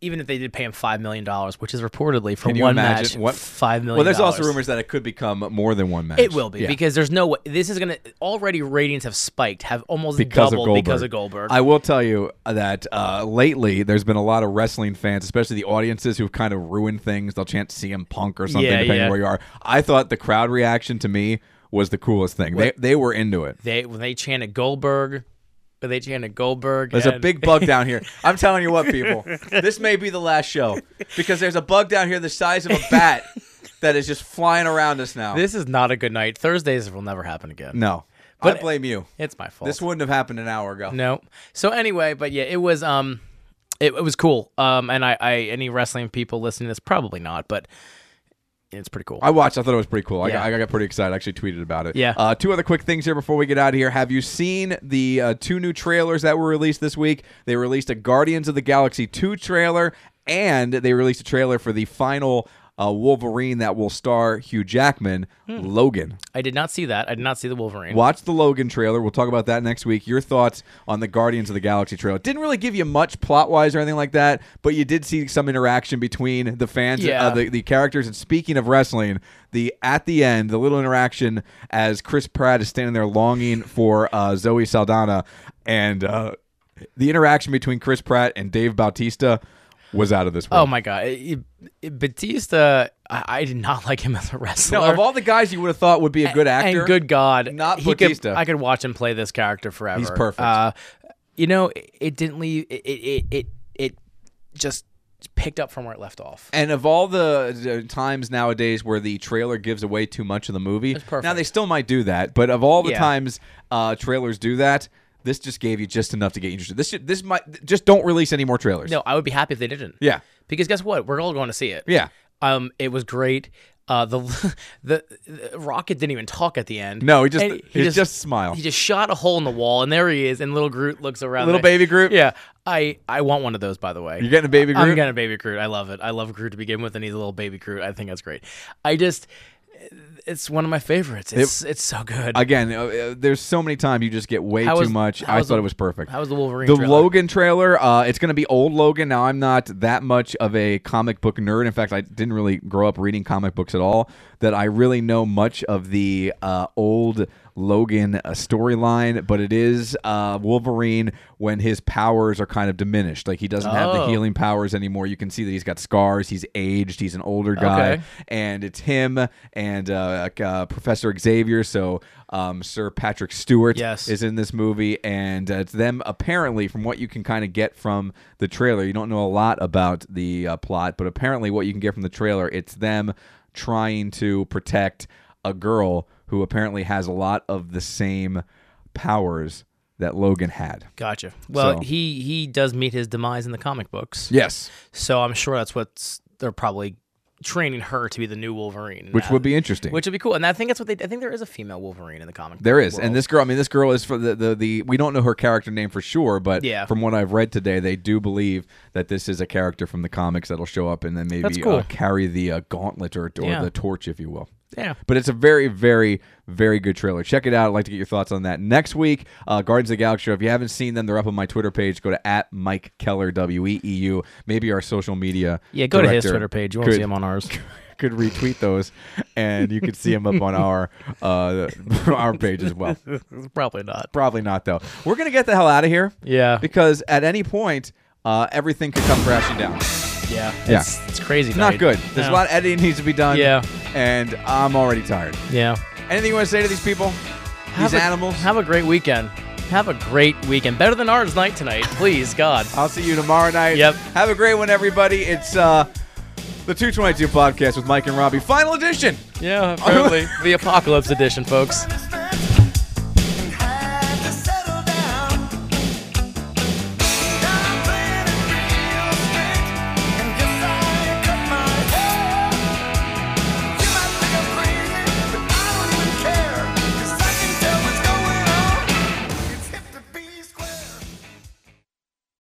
B: even if they did pay him five million dollars, which is reportedly for
A: Can you
B: one
A: imagine
B: match,
A: what-
B: five million.
A: well, there's also
B: dollars.
A: rumors that it could become more than one match.
B: It will be
A: Yeah.
B: because there's no way this is gonna already ratings have spiked, have almost
A: because of
B: doubled
A: Goldberg.
B: because of Goldberg.
A: I will tell you that uh, lately there's been a lot of wrestling fans, especially the audiences who've kind of ruined things. They'll chant CM Punk or something,
B: Yeah,
A: depending
B: yeah.
A: on where you are. I thought the crowd reaction to me was the coolest thing. They, they were into it.
B: they when they chanted Goldberg, when they chanted Goldberg.
A: There's a
B: and-
A: big bug down here. I'm telling you what, people, this may be the last show because there's a bug down here the size of a bat that is just flying around us now.
B: This is not a good night. Thursdays will never happen again.
A: no,
B: But-
A: I blame you.
B: It's my fault.
A: This wouldn't have happened an hour ago.
B: no. So anyway, but yeah, it was um, it, it was cool. Um, and I, I any wrestling people listening to this probably not, but it's pretty cool.
A: I watched. I thought it was pretty cool. I,
B: Yeah.
A: got, I got pretty excited. I actually tweeted about it.
B: Yeah.
A: Uh, two other quick things here before we get out of here. Have you seen the uh, two new trailers that were released this week? They released a Guardians of the Galaxy 2 trailer, and they released a trailer for the final uh, Wolverine that will star Hugh Jackman,
B: Hmm.
A: Logan.
B: I did not see that. I did not see the Wolverine.
A: Watch the Logan trailer. We'll talk about that next week. Your thoughts on the Guardians of the Galaxy trailer. Didn't really give you much plot wise or anything like that, but you did see some interaction between the fans,
B: Yeah.
A: uh, the, the characters. And speaking of wrestling, the at the end, the little interaction as Chris Pratt is standing there longing for uh, Zoe Saldana, and uh, the interaction between Chris Pratt and Dave Bautista was out of this world.
B: Oh my god, It- it- Batista! I, I did not (laughs) like him as a wrestler.
A: Now, of all the guys you would have thought would be a good actor,
B: Oh, And good God,
A: Not
B: he could-
A: Batista.
B: I could watch him play this character forever.
A: He's perfect.
B: Uh, you know, it, it didn't leave. It it, it it just picked up from where it left off.
A: And of all the uh, times nowadays where the trailer gives away too much of the movie,
B: perfect.
A: now they still might do that. But of all the
B: Yeah.
A: times uh, trailers do that, this just gave you just enough to get you interested. This should, this might just don't release any more trailers.
B: No, I would be happy if they didn't.
A: Yeah.
B: Because guess what? We're all going to see it.
A: Yeah.
B: Um, it was great. Uh, the, (laughs) the the Rocket didn't even talk at the end.
A: No, he just-
B: And
A: he just smiled.
B: He just shot a hole in the wall, and there he is. And little Groot looks around.
A: Little
B: there.
A: baby Groot?
B: Yeah, I I want one of those. By the way,
A: You're getting a baby
B: I'm
A: Groot?
B: getting a baby Groot. I love it. I love Groot to begin with, and he's a little baby Groot. I think that's great. I just, it's one of my favorites. It's it's so good.
A: Again, uh, uh, there's so many times you just get way
B: How
A: too
B: was-
A: much.
B: how
A: I
B: was
A: thought
B: the-
A: it was perfect.
B: How was the Wolverine?
A: The
B: trailer?
A: Logan trailer, uh, it's going to be old Logan. Now, I'm not that much of a comic book nerd. In fact, I didn't really grow up reading comic books at all. That I really know much of the uh, old Logan uh, storyline, but it is uh, Wolverine when his powers are kind of diminished. Like he doesn't have the
B: Oh.
A: healing powers anymore. You can see that he's got scars. He's aged. He's an older guy,
B: Okay.
A: and it's him and uh, uh, Professor Xavier. So um, Sir Patrick Stewart
B: Yes.
A: is in this movie, and uh, it's them apparently, from what you can kind of get from the trailer, you don't know a lot about the uh, plot, but apparently, what you can get from the trailer, it's them trying to protect a girl who apparently has a lot of the same powers that Logan had.
B: Gotcha. Well,
A: So-
B: he he does meet his demise in the comic books.
A: Yes,
B: So I'm sure that's what's they're probably training her to be the new Wolverine,
A: which would be interesting.
B: which would be cool. And I think that's what they. I think there is a female Wolverine in the comic.
A: There is, and
B: world.
A: this girl. I mean, this girl is for the, the the. We don't know her character name for sure, but
B: Yeah.
A: from what I've read today, they do believe that this is a character from the comics that'll show up and then maybe
B: That's cool.
A: uh, carry the uh, gauntlet or, or
B: Yeah.
A: the torch, if you will.
B: Yeah.
A: But it's a very, very, very good trailer. Check it out. I'd like to get your thoughts on that. Next week, uh, Guardians of the Galaxy. If you haven't seen them, they're up on my Twitter page. Go to at Mike Keller W E E U. Maybe our social media.
B: Yeah, go to his
A: director
B: Twitter page. You won't see
A: could-
B: him
A: (laughs)
B: on ours.
A: could retweet those, and you could see them up on our uh, (laughs) our page as well.
B: Probably not.
A: Probably not though. We're gonna get the hell out of here.
B: Yeah.
A: Because at any point, uh, everything could come crashing down.
B: Yeah. It's, it's crazy.
A: Not
B: night.
A: good. There's a
B: No.
A: lot of editing needs to be done.
B: Yeah.
A: And I'm already tired.
B: Yeah.
A: Anything you want to say to these people?
B: Have
A: these
B: a-
A: animals?
B: Have a great weekend. Have a great weekend. Better than ours night tonight. Please, God.
A: I'll see you tomorrow night.
B: Yep.
A: Have a great one, everybody. It's uh, the 222 podcast with Mike and Robbie, final edition. (laughs)
B: Yeah, apparently. the apocalypse edition, folks.